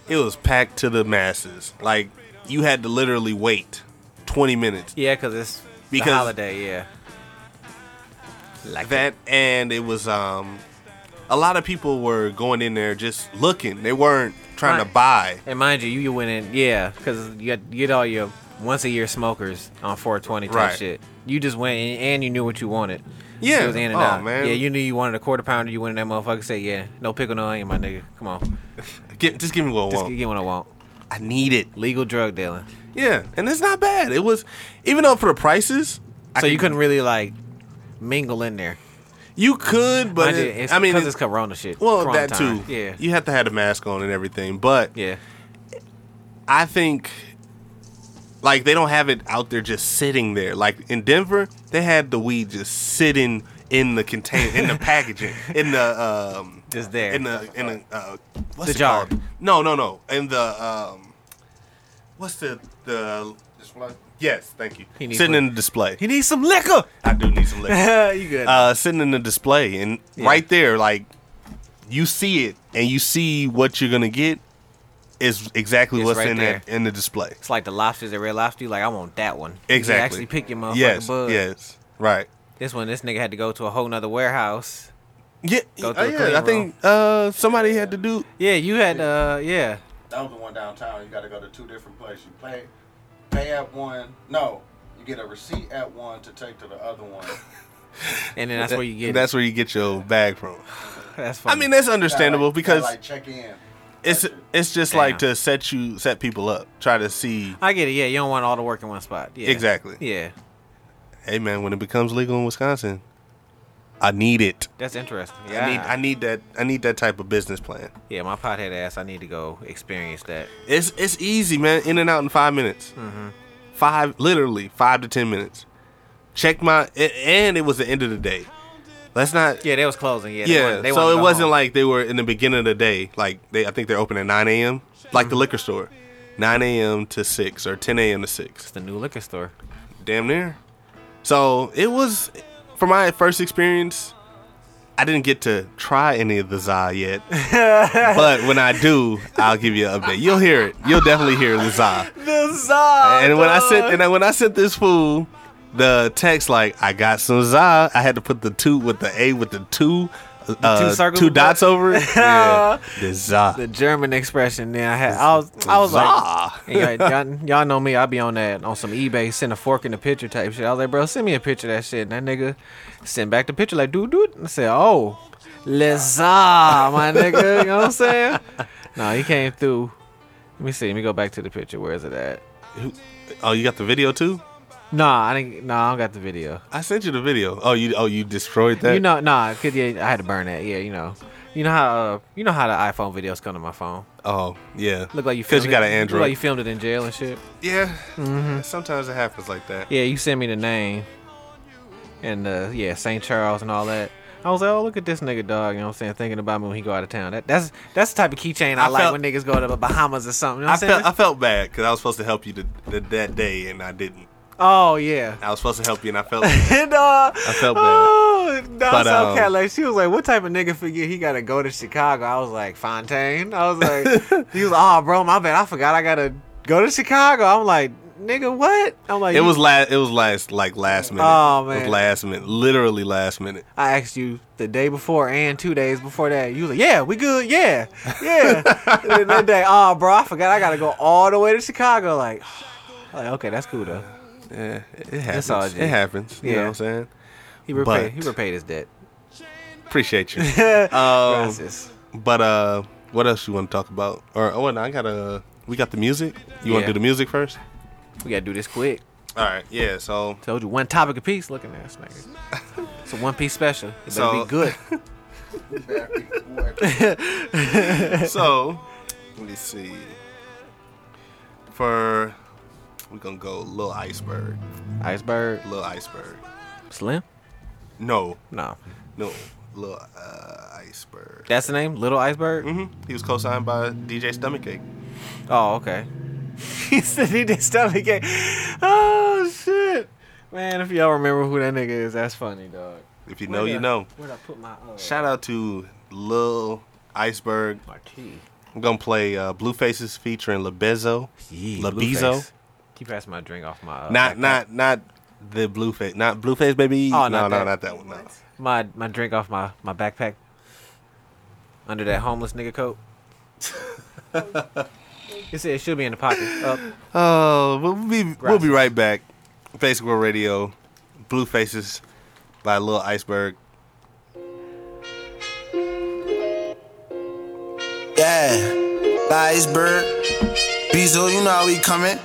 it was packed to the masses like you had to literally wait 20 minutes
yeah, because it's
Because-
the holiday. Yeah. Like
that and it was um a lot of people were going in there just looking. They weren't trying to
Right.
buy.
And mind you, you, you went in, yeah, because you, got- you get all your once a year smokers on 420 type
Right.
shit. You just went in and you knew what you wanted.
Yeah.
It was in and
Oh,
out.
man.
Yeah, you knew you wanted a quarter pounder. You went in that motherfucker. Say, yeah, no pickle, no onion, my nigga. Come on,
Get, just give me what I
just
want.
get what I want.
I need it.
Legal drug dealing.
Yeah, and it's not bad. It was, even though for the prices, I
so you couldn't really like mingle in there.
you could, but
Mind you,
it-
it's,
I mean,
'cause
it-
it's Corona shit.
well,
Corona
that
time.
too.
Yeah,
you have to have the mask on and everything. But
yeah.
I think, like, they don't have it out there just sitting there. Like in Denver, they had the weed just sitting in the contain in the packaging in the um
Just there.
in the in the uh, what's
The
it
jar.
called? No, no, no. In the um, what's the the
Display.
yes? Thank you.
He needs
Sitting
one.
in the display.
He needs some liquor.
I do need some liquor.
you good?
uh, sitting in the display, and
Yeah.
right there, like you see it, and you see what you're gonna get is exactly
It's
what's
right
in
there.
that in the display.
it's like the lobsters at Red Lobster. You Like I want that one.
Exactly.
You actually pick your motherfucking
yes,
bug.
yes, right.
This one, this nigga had to go to a whole nother warehouse.
Yeah,
Go
uh,
through the
yeah.
clean
I think uh, somebody had to do.
Yeah, you had uh yeah.
That was the one downtown. You got to go to two different places. You play, pay at one. No, you get a receipt at one to take to the other one.
And then that's where you get
That's where you get your bag from.
that's
I
funny.
mean, that's understandable
Gotta, like-
because
gotta, like check in.
it's
Like,
it's just
Damn.
like to set you set people up, try to see.
I get it, yeah. You don't want all the work in one spot. Yeah.
Exactly.
Yeah.
Hey man, when it becomes legal in Wisconsin, I need it.
That's interesting. Yeah.
I need I need that I need that type of business plan.
yeah, my pothead ass, I need to go experience that.
It's it's easy, man. In and out in five minutes.
Mm-hmm.
Five, literally five to ten minutes. Check my a- and it was the end of the day. Let's not. Yeah.
Yeah, they was closing, yeah. They wanted- they wanted to
so it
go
wasn't
home.
like they were in the beginning of the day. Like they, I think they're open at nine a.m. Like the liquor store, nine a.m. to six or ten a.m. to six.
it's the new liquor store.
Damn near. So it was for my first experience. I didn't get to try any of the za yet, but when I do, I'll give you an update. You'll hear it. You'll definitely hear the za.
The Zod.
And when I sent and I- when I sent this fool the text like I got some za, I had to put the two with the a with the two, uh,
circles
two
with
dots over it. Yeah, the za.
the German expression, then I had I was I was like
Zah.
and y'all, y'all, y'all know me, I be on that on some eBay, send a fork in the picture type shit. I was like, bro, send me a picture of that shit. And that nigga sent back the picture like, dude, dude. I said, oh, Leza, my nigga. You know what I'm saying? No, he came through. Let me see. Let me go back to the picture. Where is it at?
Oh, you got the video too?
Nah, I didn't. Nah, I don't got the video.
I sent you the video. Oh, you oh you destroyed that.
You know, nah, cause yeah, I had to burn that. Yeah, you know, you know how uh, you know how the iPhone videos come to my phone.
oh yeah.
Look like you
because
filmed
you got
it-
an
Look like
Android.
you filmed it in jail and shit.
yeah. Sometimes it happens like that.
Yeah, you sent me the name and uh yeah, St. Charles and all that. I was like, oh look at this nigga dog, you know what I'm saying? Thinking about me when he go out of town. That that's that's the type of keychain I,
I
like
felt-
when niggas go to the Bahamas or something. You know
I
what I'm saying?
felt I felt bad because I was supposed to help you th- th- that day and I didn't.
oh yeah.
I was supposed to help you and I felt
and uh
I felt bad.
Oh, no,
But,
South
um,
Cat, like, she was like, "What type of nigga forget he gotta go to Chicago?" I was like, "Fontaine." I was like, "He was, oh, bro, my bad. I forgot I gotta go to Chicago." I'm like, "Nigga, what?" I'm like,
It
"You
was last. It was last like last minute.
Oh,
It was
man.
last minute. Literally last minute.
I asked you the day before and two days before that. You was like, yeah, we good, yeah, yeah. and then that day, oh, bro, I forgot I gotta go all the way to Chicago. Like, like okay, that's cool though.
Yeah, it happens.
all
It
good.
happens. You know
Yeah.
what I'm saying?
He repaid,
But-
he repaid his debt.
Appreciate you. um,
Gracias.
but uh, what else you want to talk about? Or oh, and I got to We got the music. You want
Yeah.
to do the music first?
we gotta do this quick.
All right. Yeah. So
Told you one topic a piece. Looking at this nigga. It's a one piece special. It better
So-
be good.
so let me see. For we're gonna go little iceberg.
Iceberg.
Little iceberg.
Slim?
No.
No.
No. Little uh, iceberg.
That's the name? Little Iceberg?
hmm He was co-signed by DJ Stomachache.
Oh, okay. he said he did stomach ache. Oh shit. Man, if y'all remember who that nigga is, that's funny, dog.
If you Oh,
Where
know,
did
you
I-
know.
Where'd I put my uh,
Shout out to Lil Iceberg.
my key?
I'm gonna play uh, Bluefaces featuring Labezo. Labezo.
Keep passing my drink off my. Uh,
Not
backpack.
not not the Blueface. Not Blueface, baby.
Oh,
no,
not
no,
that.
not that one. No.
my my drink off my my backpack. under that homeless nigga coat. it said it should be in the pocket. Up.
Oh, but we'll be we'll be right back. Face World Radio, Blue Faces by Lil Iceberg.
Yeah, Iceberg. Bezo, you know how we coming.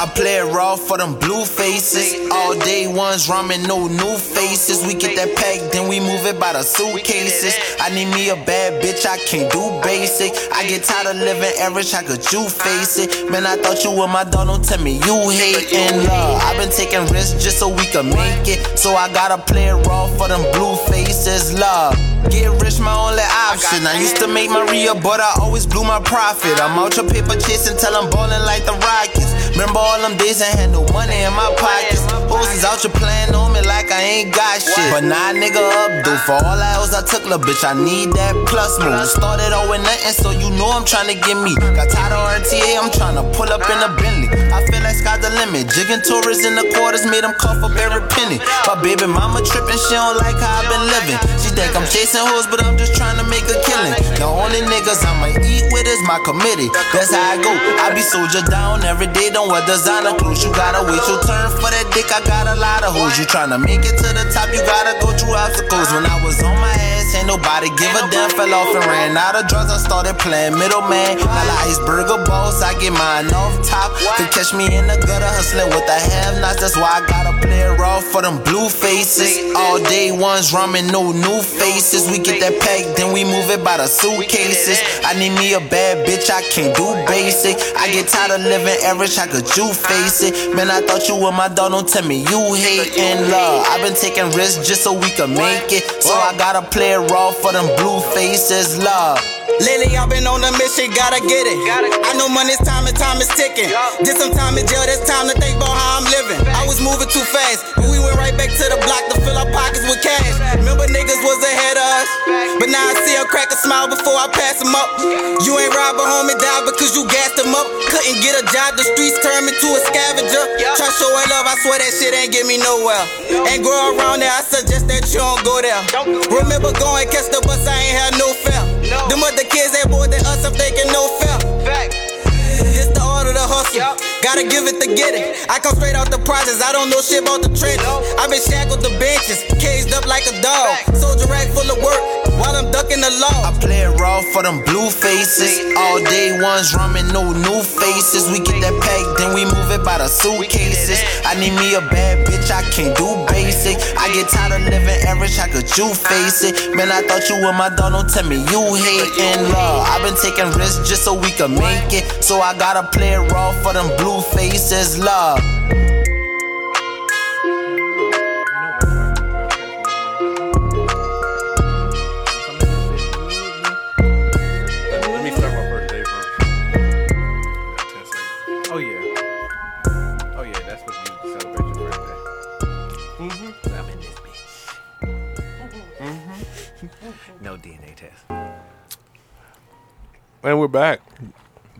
I play it raw for them blue faces. All day ones, ramen, no new faces. We get that pack, then we move it by the suitcases. I need me a bad bitch, I can't do basic. I get tired of living average, how could you face it? Man, I thought you were my dog, don't tell me you hating love. I've been taking risks just so we could make it. So I gotta play it raw for them blue faces, love. Get rich, my only option. I used to make Maria, but I always blew my profit. I'm out your paper chasing till I'm ballin' like the Rockets. Remember all them days I had no money in my pockets. Ozies out your plan on me like I ain't got shit. But nah, nigga, up though. For all I else I took, lil' bitch, I need that plus move. Started all with nothing, so you know I'm tryna get me. Got tired of RTA, I'm tryna pull up in a Bentley. I feel like sky's the limit. Jigging tourists in the quarters made them cough up every penny. My baby mama trippin', she don't like how I been living. She think I'm chasing hoes, but I'm just tryna make a killing. The only niggas I'ma eat with is my committee. That's how I go. I be soldier down every day, don't wear designer clothes. You gotta wait your turn for that dick. I got a lot of hoes. You tryna make it to the top, you gotta go through obstacles. When I was on my ass, ain't nobody give a damn. Fell off and ran out of drugs. I started playing middleman. Got a iceberger boss, I get mine off top. Could catch me in the gutter hustling with the have nots. That's why I gotta play it raw for them blue faces. All day ones, ramen, no new faces. We get that pack, then we move it by the suitcases. I need me a bad bitch, I can't do basic. I get tired of living average, how could you face it? Man, I thought you were my dog, don't tell me you hating love. I've been taking risks just so we could make it. So I gotta play it raw for them blue faces, love.
Lately, I've been on a mission, gotta get it. I know money's time and time is ticking. Just some time in jail, that's time to think about how I'm living. I was moving too fast, but we went right back to the block to fill our pockets with cash. Remember, niggas was ahead of us, but now I see 'em crack a smile before I pass 'em up. You ain't rob a home and die because you gassed 'em up. Couldn't get a job, the streets turned me to a scavenger. Try showing love, I swear that shit ain't get me nowhere. And grow around there, I suggest that you don't go there. Remember going catch the bus, I ain't had no fear. Them other kids that more than us, I'm thinking no fear. It's the art of the hustle. Gotta give it to get it. I come straight out the projects. I don't know shit about the trenches. I've been shackled to benches, caged up like a dog. Oh. Soldier rack full of work while I'm ducking the law.
I play it raw for them blue faces. All day ones, ramen, no new faces. We get that pack, then we move it by the suitcases. I need me a bad bitch, I can't do basic. I get tired of living average, how could you face it? Man, I thought you were my dog, don't tell me you hating love. I've been taking risks just so we could make it. So I gotta play it raw for them blue faces, love.
Let me start my birthday first.
Oh yeah. Oh yeah, that's what you celebrate your birthday. Mm-hmm. I'm in this bitch. Mm-hmm. no DNA test.
And we're back.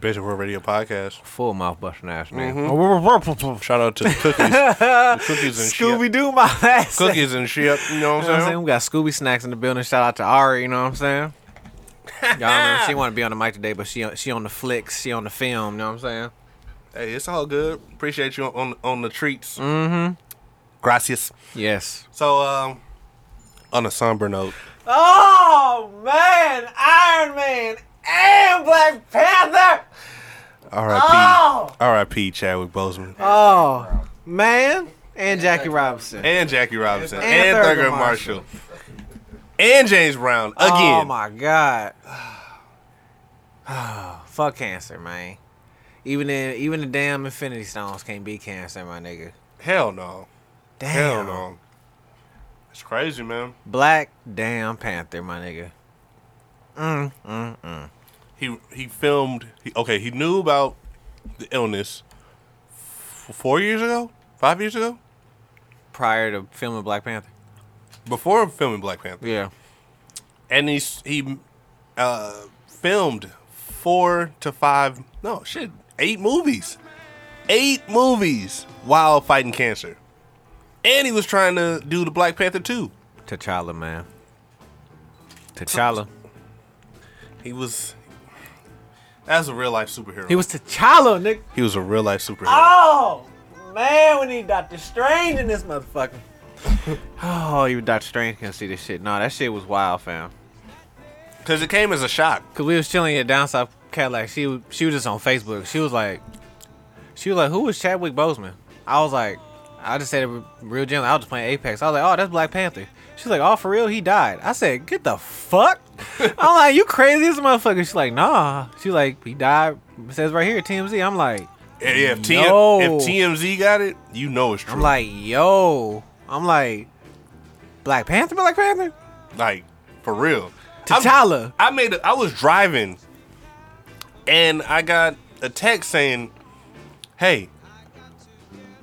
Basic World Radio Podcast. Mm-hmm.
Full mouth busting ass nigga.
Shout out to the cookies, the cookies and
Scooby
shit.
Doo my ass. You
Cookies and shit. You know what
know what I'm
I'm
saying?
saying?
We got Scooby snacks in the building. Shout out to Ari. You know what I'm saying? Y'all know she want to be on the mic today, but she on- she on the flicks, she on the film. You know what I'm saying?
Hey, it's all good. Appreciate you on on the treats. Mm-hmm. Gracias.
Yes.
So, um, on a somber note,
Oh man, Iron Man and Black Panther.
R.I.P.
Oh!
R.I.P. Chadwick Boseman
Oh man, and Jackie Robinson.
and Jackie Robinson and,
And Thurgood
Thurgood Marshall. and James Brown again.
Oh my god. Oh, Fuck cancer, man. Even in, even the damn Infinity Stones can't beat cancer, my nigga.
Hell no.
Damn.
Hell no. It's crazy, man.
Black damn Panther, my nigga. Mm, mm, mm.
He he filmed. He, okay, he knew about the illness f- four years ago, five years ago,
Prior to filming Black Panther.
before filming Black Panther.
Yeah.
and he s- he uh, filmed four to five no shit eight movies eight movies while fighting cancer and he was trying to do the black panther 2
T'Challa, man. T'Challa.
He was. That's a real life superhero.
He was T'Challa, nigga.
He was a real life superhero.
Oh man, we need Doctor Strange in this motherfucker. oh, even Doctor Strange can see this shit. No, that shit was wild, fam.
Because it came as a shock.
Cause we was chilling at down south Cadillac. She was she was just on Facebook. She was like, she was like, who was Chadwick Boseman? I was like, I just said it real gently. I was just playing Apex. I was like, oh, that's Black Panther. She's like, oh, for real, he died. I said, get the fuck. I'm like, you crazy as a motherfucker. She's like, nah. She's like, he died. It says right here, TMZ. I'm like,
Yeah, yeah, if, TM,
No.
if TMZ got it, you know it's true.
I'm like, yo. I'm like, Black Panther, Black Panther?
Like, for real. I'm-
T'Challa.
I made. A, I was driving, and I got a text saying, "Hey,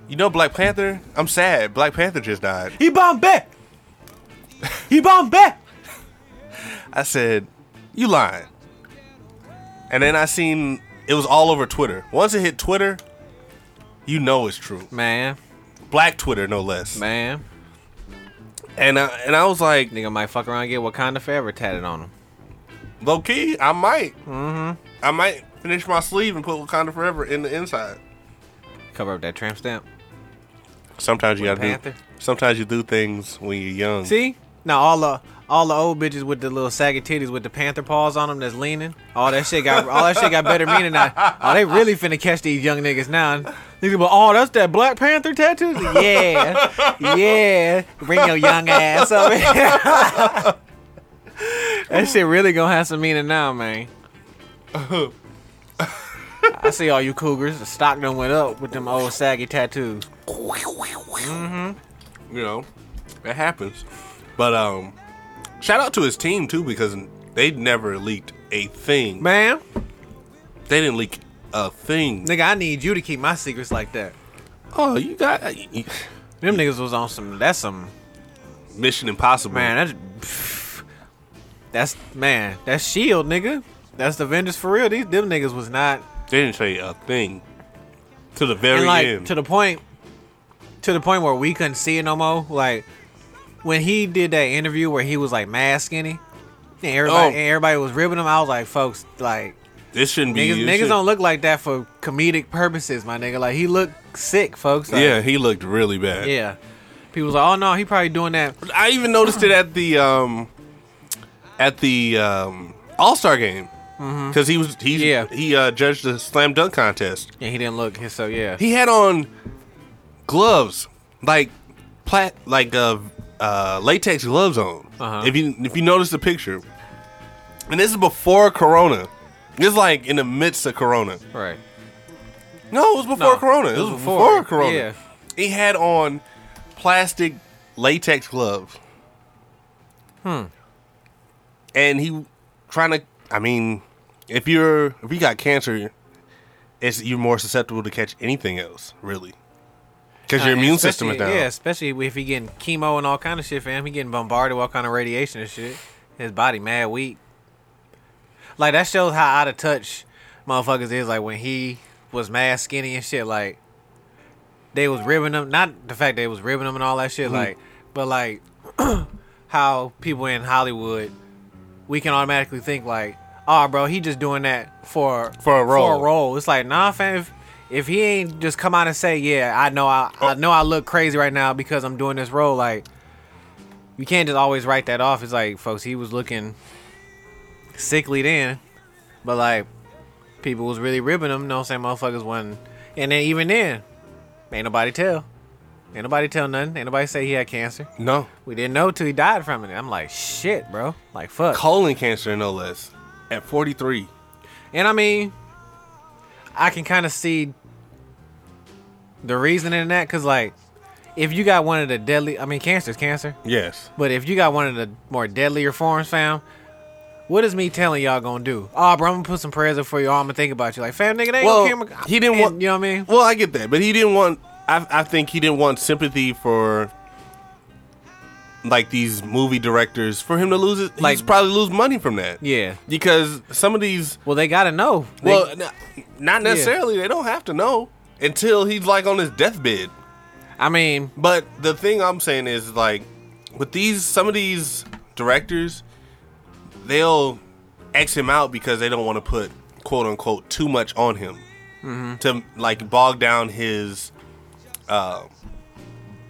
you know Black Panther? I'm sad. Black Panther just died."
He bombed back. He bombed back.
I said, "You lying?" And then I seen it was all over Twitter. Once it hit Twitter, you know it's true.
Man,
Black Twitter, no less.
man.
And I, and I was like,
Nigga might fuck around and get Wakanda Forever tatted on him.
low key, I might, mm-hmm. I might finish my sleeve and put Wakanda Forever in the inside.
Cover up that tramp stamp.
Sometimes you
With
gotta do.
Panther?
Sometimes you do things when you're young.
See? Now all the all the old bitches with the little saggy titties with the panther paws on them that's leaning. All that shit got all that shit got better meaning now. Oh, they really finna catch these young niggas now. Niggas be, oh, that's that Black Panther tattoo. Yeah, yeah. Bring your young ass over here. that shit really gonna have some meaning now, man. I see all you cougars. The stock done went up with them old saggy tattoos.
you know, it happens. But um, shout out to his team too because they never leaked a thing.
Man,
They didn't leak a thing.
nigga, I need you to keep my secrets like that.
Oh, you got you-
Them niggas was on some. That's some
Mission Impossible.
man. That's that's man. That's Shield, E nigga. That's the Avengers for real. These them niggas was not
they didn't say a thing to the
and
very
like
end.
to the point to the point where we couldn't see it no more. Like when he did that interview where he was like mad skinny, and everybody
Oh.
and everybody was ribbing him. I was like, folks, like
this shouldn't be.
niggas,
it
niggas
should-
don't look like that for comedic purposes, my nigga. Like he looked sick, folks. Like,
yeah, he looked really bad.
yeah. People was like, oh no, he probably doing that.
I even noticed it at the um at the um All Star game because he was he
Mm-hmm. Yeah.
he uh, judged the slam dunk contest.
Yeah, he didn't look. So yeah,
He had on gloves, like plat, like uh, uh, latex gloves on.
Uh-huh.
If you if you notice the picture, and this is before Corona. It's like in the midst of Corona.
right.
No, it was before
No,
Corona. It was, before, Corona.
yeah.
He had on plastic latex gloves. Hmm.
Hmm.
And he trying to. I mean, if you're if you got cancer, it's you're more susceptible to catch anything else, really, because your
Uh,
immune system is
especially-
down.
Yeah, especially if he getting chemo and all kind of shit, fam. He getting bombarded with all kind of radiation and shit. His body mad weak. Like that shows how out of touch motherfuckers is. Like when he was mad skinny and shit, like they was ribbing him. Not the fact they was ribbing him and all that
Mm-hmm.
shit, like, but like how people in Hollywood, we can automatically think like, oh, bro, he just doing that for
For a
For
role."
a role. It's like, nah, fam. If, if he ain't just come out and say, yeah, I know, I,
Oh.
I know, I look crazy right now because I'm doing this role. Like, you can't just always write that off. It's like, folks, he was looking sickly then, but like, people was really ribbing him. You know what I'm saying? Motherfuckers wasn't. And then even then, ain't nobody tell. Ain't nobody tell nothing. Ain't nobody say he had cancer.
No,
We didn't know till he died from it. I'm like, shit, bro. Like, fuck.
colon cancer, no less. At 43,
And I mean, I can kind of see the reason in that because, like, if you got one of the deadly, I mean, cancer's cancer,
yes,
but if you got one of the more deadlier forms, fam, what is me telling y'all gonna do? Oh, bro, I'm gonna put some prayers up for you. all I'm gonna think about you. Like, fam, nigga, they ain't
Well,
gonna care.
he didn't
And-
want-
you know what I mean?
Well, I get that, but he didn't want. I, I think he didn't want sympathy for like these movie directors for him to lose. His,
Like-
he's probably lose money from that.
Yeah.
because some of these.
Well, they gotta know. They-
Well, n- not necessarily. They don't have to know until he's like on his deathbed.
I mean,
But the thing I'm saying is like with these some of these directors, they'll X him out because they don't want to put quote unquote too much on him to like bog down his uh,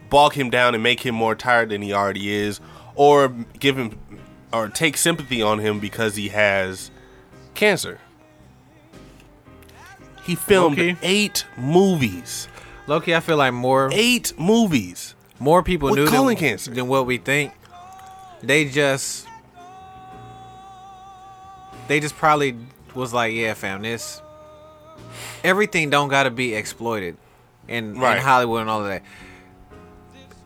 bog him down and make him more tired than he already is, or give him or take sympathy on him because he has cancer. He filmed
Okay.
eight movies.
Loki, I feel like more
Eight movies.
more people
With
knew
colon
than,
cancer.
than what we think. They just they just probably was like, yeah, fam, this everything don't gotta be exploited in,
Right.
in Hollywood and all of that.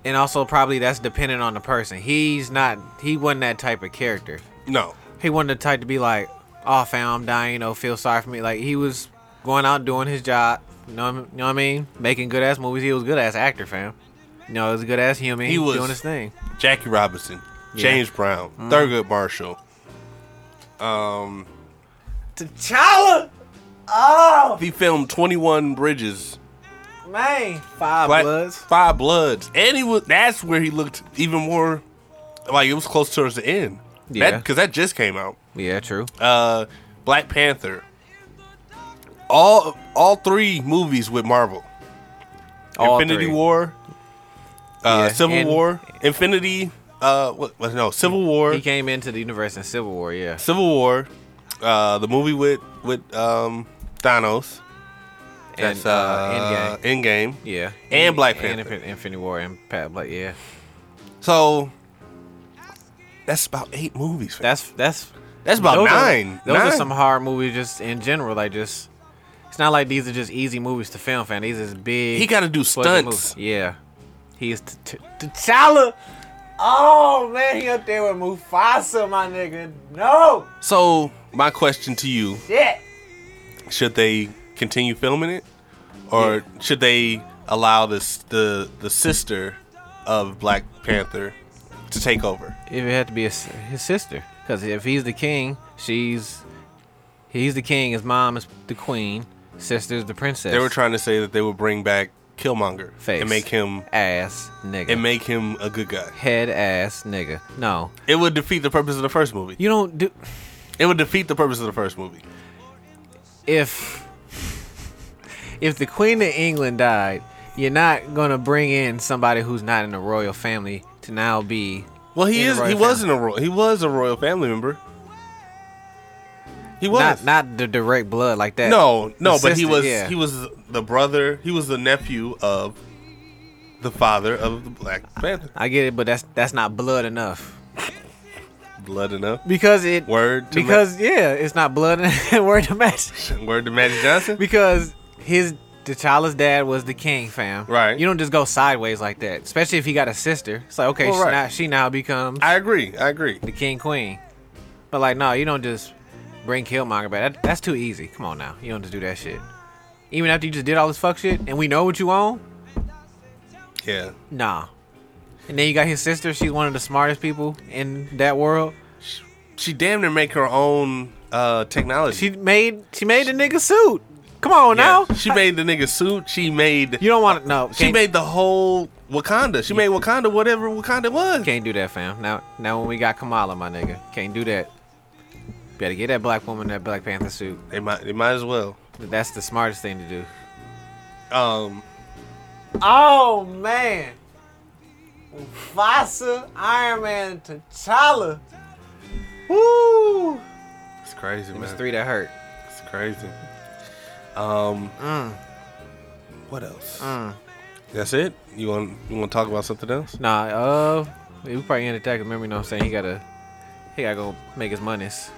And also probably that's dependent on the person. He's not he wasn't that type of character.
No.
He wasn't the type to be like, oh fam, I'm dying, you know, feel sorry for me. Like he was going out doing his job, you know, what I- you know what I mean? Making good ass movies. He was a good ass actor, fam. You know, he was a good ass human.
He was-
doing his thing.
Jackie Robinson, James Brown,
Mm.
Thurgood Marshall.
T'Challa,
He filmed 21 Bridges,
man, five
Black-
bloods.
Five Bloods, and he was. That's where he looked even more like it was close towards the end.
Yeah.
because that just came out.
Yeah, true.
Uh, Black Panther. All all three movies with Marvel.
All
Infinity
three.
War, uh,
Yeah,
Civil
and-
War, Infinity. Uh, what, what- No, Civil War.
He came into the universe in Civil War. Yeah,
Civil War. Uh, the movie with with um Thanos.
and
That's
uh,
uh,
Endgame.
Endgame.
Yeah,
and Black
and
Panther.
Infin- Infinity War, and Pat Black. Yeah,
So that's about eight movies. fam.
that's that's
That's about
those
nine.
Are, those
Nine.
are some hard movies, just in general. Like just, it's not like these are just easy movies to film, fan. These is big.
he got to do
fucking
stunts.
movies. Yeah, he is t- t- T'Challa. Oh man, he up there with Mufasa, my nigga. No
So my question to you:
shit.
Should they continue filming it, or should they allow this the the sister of Black Panther to take over?
If it had to be his, his sister, because if he's the king, she's he's the king. His mom is the queen. Sister's the princess.
They were trying to say that they would bring back Killmonger
Face.
and make him
ass nigga.
and make him a good guy.
Head ass nigga. No,
It would defeat the purpose of the first movie.
you don't do.
It would defeat the purpose of the first movie.
if if the queen of england died you're not gonna bring in somebody who's not in the royal family to now be
Well, he
In the
is.
royal
He was in a royal. He was a royal family member. He was
not not the direct blood like that
no, no,
The
but he
sister,
was.
yeah.
He was the brother. He was the nephew of the father of the Black Panther.
i get it but that's that's not blood enough
Blood enough.
because it
Word to ma-
because yeah it's not blood and word to match
Word to Magic Johnson.
because his T'Challa's dad was the king, fam.
Right.
You don't just go sideways like that, especially if he got a sister. It's like okay,
Well,
she,
right.
now, she now becomes
I agree. I agree.
the king queen. But like, no, you don't just bring Killmonger back. That, that's too easy. Come on now, you don't just do that shit. Even after you just did all this fuck shit, and we know what you own,
Yeah.
nah. And then you got his sister. She's one of the smartest people in that world.
She damn near make her own uh technology.
She made she made the nigga suit. Come on
Yeah.
now.
She made the nigga suit. She made.
You don't want to no.
She
can't-
made the whole Wakanda. She made Wakanda whatever Wakanda was.
Can't do that, fam. Now, now when we got Kamala, my nigga, can't do that. Better get that black woman that Black Panther suit.
They might. They might as well.
That's the smartest thing to do.
Um.
Oh man, Mufasa, Iron Man, T'Challa. Woo!
It's crazy,
It
man.
was three that hurt.
It's crazy. Um,
Mm.
what else? That's it. You want you want to talk about something else?
Nah, uh, we probably ended that. 'cause Remember, you know what I'm saying? He gotta, he gotta go make his monies.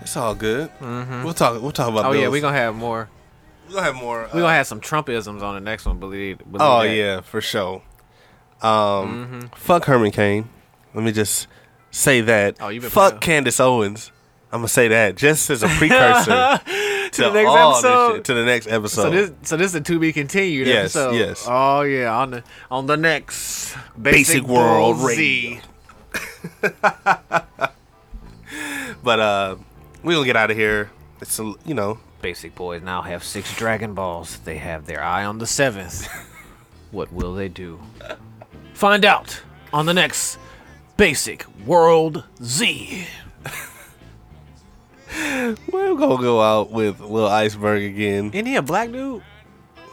It's all good. We'll talk. We'll talk about.
Mm-hmm. Oh yeah,
bills.
we gonna have more.
we gonna have more.
We gonna have some Trumpisms on the next one. Believe. believe
oh
that.
yeah, for sure. Um,
Mm-hmm.
fuck Herman Cain. Let me just say that.
Oh, you been
fuck
playing.
Candace Owens. I'm gonna say that just as a precursor to,
the next
all this
episode.
shit, to the next episode.
So this, so this is a to be continued
Yes,
episode.
yes.
Oh yeah, on the on the next
Basic World
Bull
Radio. but uh, we gonna get out of here. It's a, you know
Basic boys now have six Dragon Balls. They have their eye on the seventh. what will they do? Find out on the next Basic World Z.
We're gonna go out with Lil Iceberg again.
Isn't he a black dude?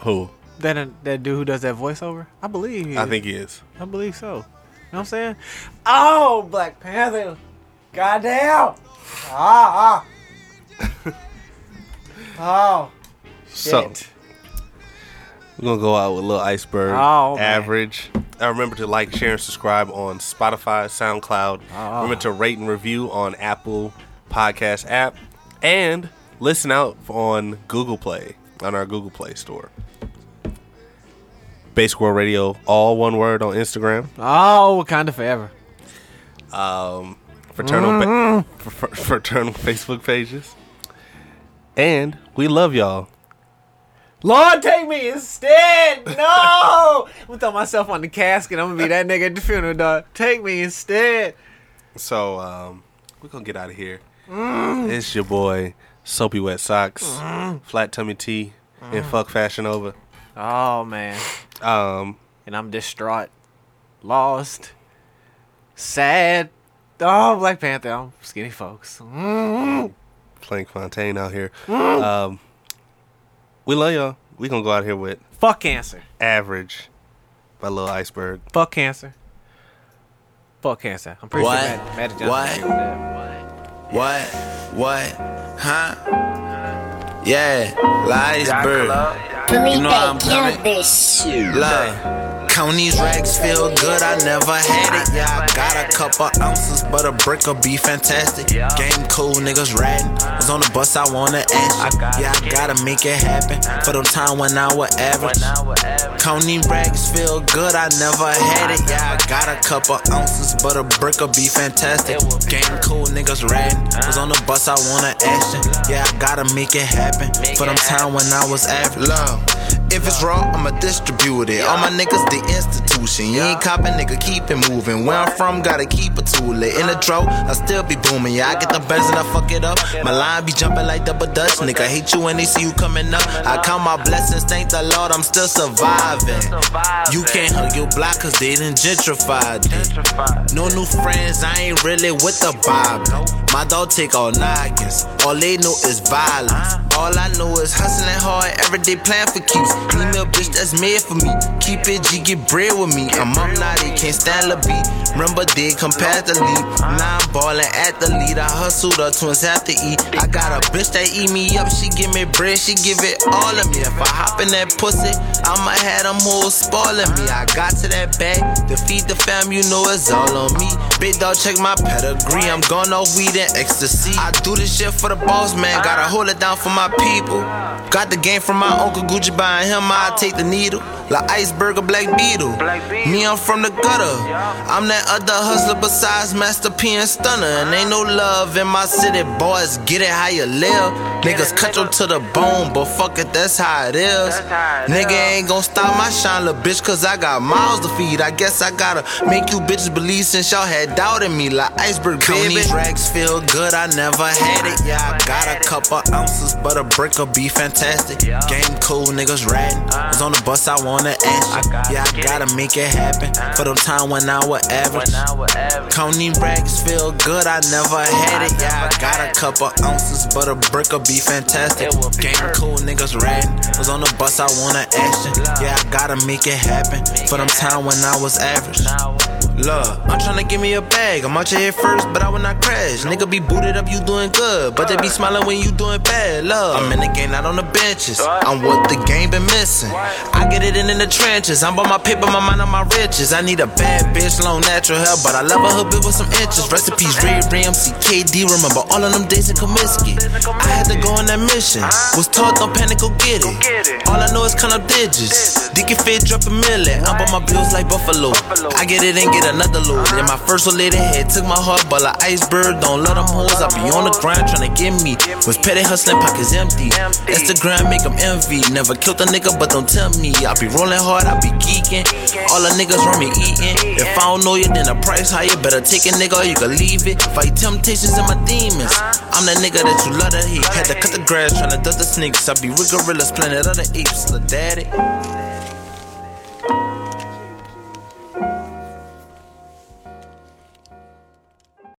Who?
That that dude who does that voiceover? I believe. He
I
is.
think he is.
I believe so. You know what I'm saying? Oh, Black Panther. Goddamn. Ah, ah. oh.
So we're gonna go out with Lil Iceberg.
Oh, man.
average. I remember to like, share, and subscribe on Spotify, SoundCloud.
Ah.
Remember to rate and review on Apple Podcast app, and listen out on Google Play on our Google Play store. Basic World Radio, all one word on Instagram.
Oh, kind of forever.
fraternal
Mm-hmm.
fa- fr- fr- fraternal Facebook pages. And we love y'all.
Lord, take me instead. No. I'm going to throw myself on the casket. I'm going to be that nigga at the funeral, dog. Take me instead.
So um, we're gonna get out of here. Mm. It's your boy Soapy Wet Socks, Flat Tummy T, and Fuck Fashion Over.
Oh, man.
Um,
And I'm distraught, lost, sad. Oh, Black Panther. I'm skinny, folks.
Plank Fontaine out here. Um, we love y'all. We gonna go out here with
Fuck cancer.
Average by Lil Iceberg.
Fuck cancer. Fuck cancer. I'm pretty
What?
sure Mad- Magic Johnson.
What?
agreed with that.
What? What? Huh? Yeah, Liesburg.
Believe
You know I'm
they
coming.
killed this shit.
Look, count these racks feel good. I never had it. Yeah, I got a couple ounces, but a brick will be fantastic. Game cool, niggas ratting. Was on the bus, I wanna action. Yeah, I gotta make it happen. For them time when I was average. Count these racks feel good. I never had it. Yeah, I got a couple ounces, but a brick will be fantastic. Game cool, niggas ratting. Was on the bus, I wanna action. Yeah, I gotta make it happen. For them time when I was average. Love. If it's raw, I'ma distribute it. All my niggas, the institution. You ain't copping, nigga, keep it moving. Where I'm from, gotta keep a tool. it. In the drought, I still be booming. Yeah, I get the birds and I fuck it up. My line be jumping like double dutch. Nigga, hate you when they see you coming up. I count my blessings, thank the Lord, I'm still surviving. You can't hug your block, cause they done gentrified. it. No new friends, I ain't really with the vibe. My dog take all noggins. All they know is violence. All I know is hustling hard, everyday plan for keeps. Email bitch that's made for me. Keep it G, get bread with me. I'm up now, they can't stand the beat. Remember, they compared the lead. Now I'm ballin' at the lead. I hustle, the twins have to eat. I got a bitch that eat me up. She give me bread, she give it all of me. If I hop in that pussy, I'ma have them hoes spoiling me. I got to that bag to feed the fam, you know it's all on me. Big dog, check my pedigree. I'm gone off weed and ecstasy. I do this shit for the boss, man. Gotta hold it down for my people. Got the game from my uncle Gucci, buying him, I take the needle. Like iceberg or black beetle. Me, I'm from the gutter. I'm that other hustler besides Master P and Stunner. And ain't no love in my city, boys. Get it how you live. Niggas cut you to the bone, but fuck it, that's how it is. Nigga ain't gon' stop my shine, little bitch, cause I got miles to feed. I guess I gotta make you bitches believe since y'all had doubt in me, like iceberg baby. Count these racks feel good, I never had it. Yeah, I got a couple ounces, but a brick will be fantastic. Game cool, niggas ratting. Was on the bus, Uh. I wanna ask. Yeah, I gotta make it happen. For the time when I was average. Count these racks feel good, I never had it. Yeah, I got a couple ounces, but a brick will be fantastic. Game cool, niggas ratting. Was on the bus, I wanna action. Yeah, I gotta make it happen. For them time when I was average. Look, I'm tryna give me a bag. I'm out your head first, but I will not crash. Nigga be booted up, you doing good. But they be smiling when you doing bad. Love, I'm in the game, not on the benches. I'm what the game been missing. I get it in, in the trenches. I'm on my paper, my mind on my riches. I need a bad bitch, long natural hair, but I love a hood bitch with some inches. Recipes, Ray Ram, CKD. Remember all of them days in Comiskey. I had to go on that mission. Was taught, don't panic, Uh-huh. go get it. All I know is count up digits. Deacon fit, drop a million. I'm on my bills like Buffalo. Uh-huh. I get it and get another load. And my first old lady head took my heart, but like iceberg, don't let them hoes. I be on the grind tryna get me. Was petty hustling, pockets empty. Instagram make them envy. Never killed a nigga, but don't tell me. I be rolling hard, I be geeking. All the niggas run me eating. If I don't know you, then the price higher. Better take a nigga or you can leave it. Fight temptations and my demons. I'm that nigga that you love to hate. Had to cut the grass, tryna dust the snakes. I be with gorillas, planet of the apes, little daddy.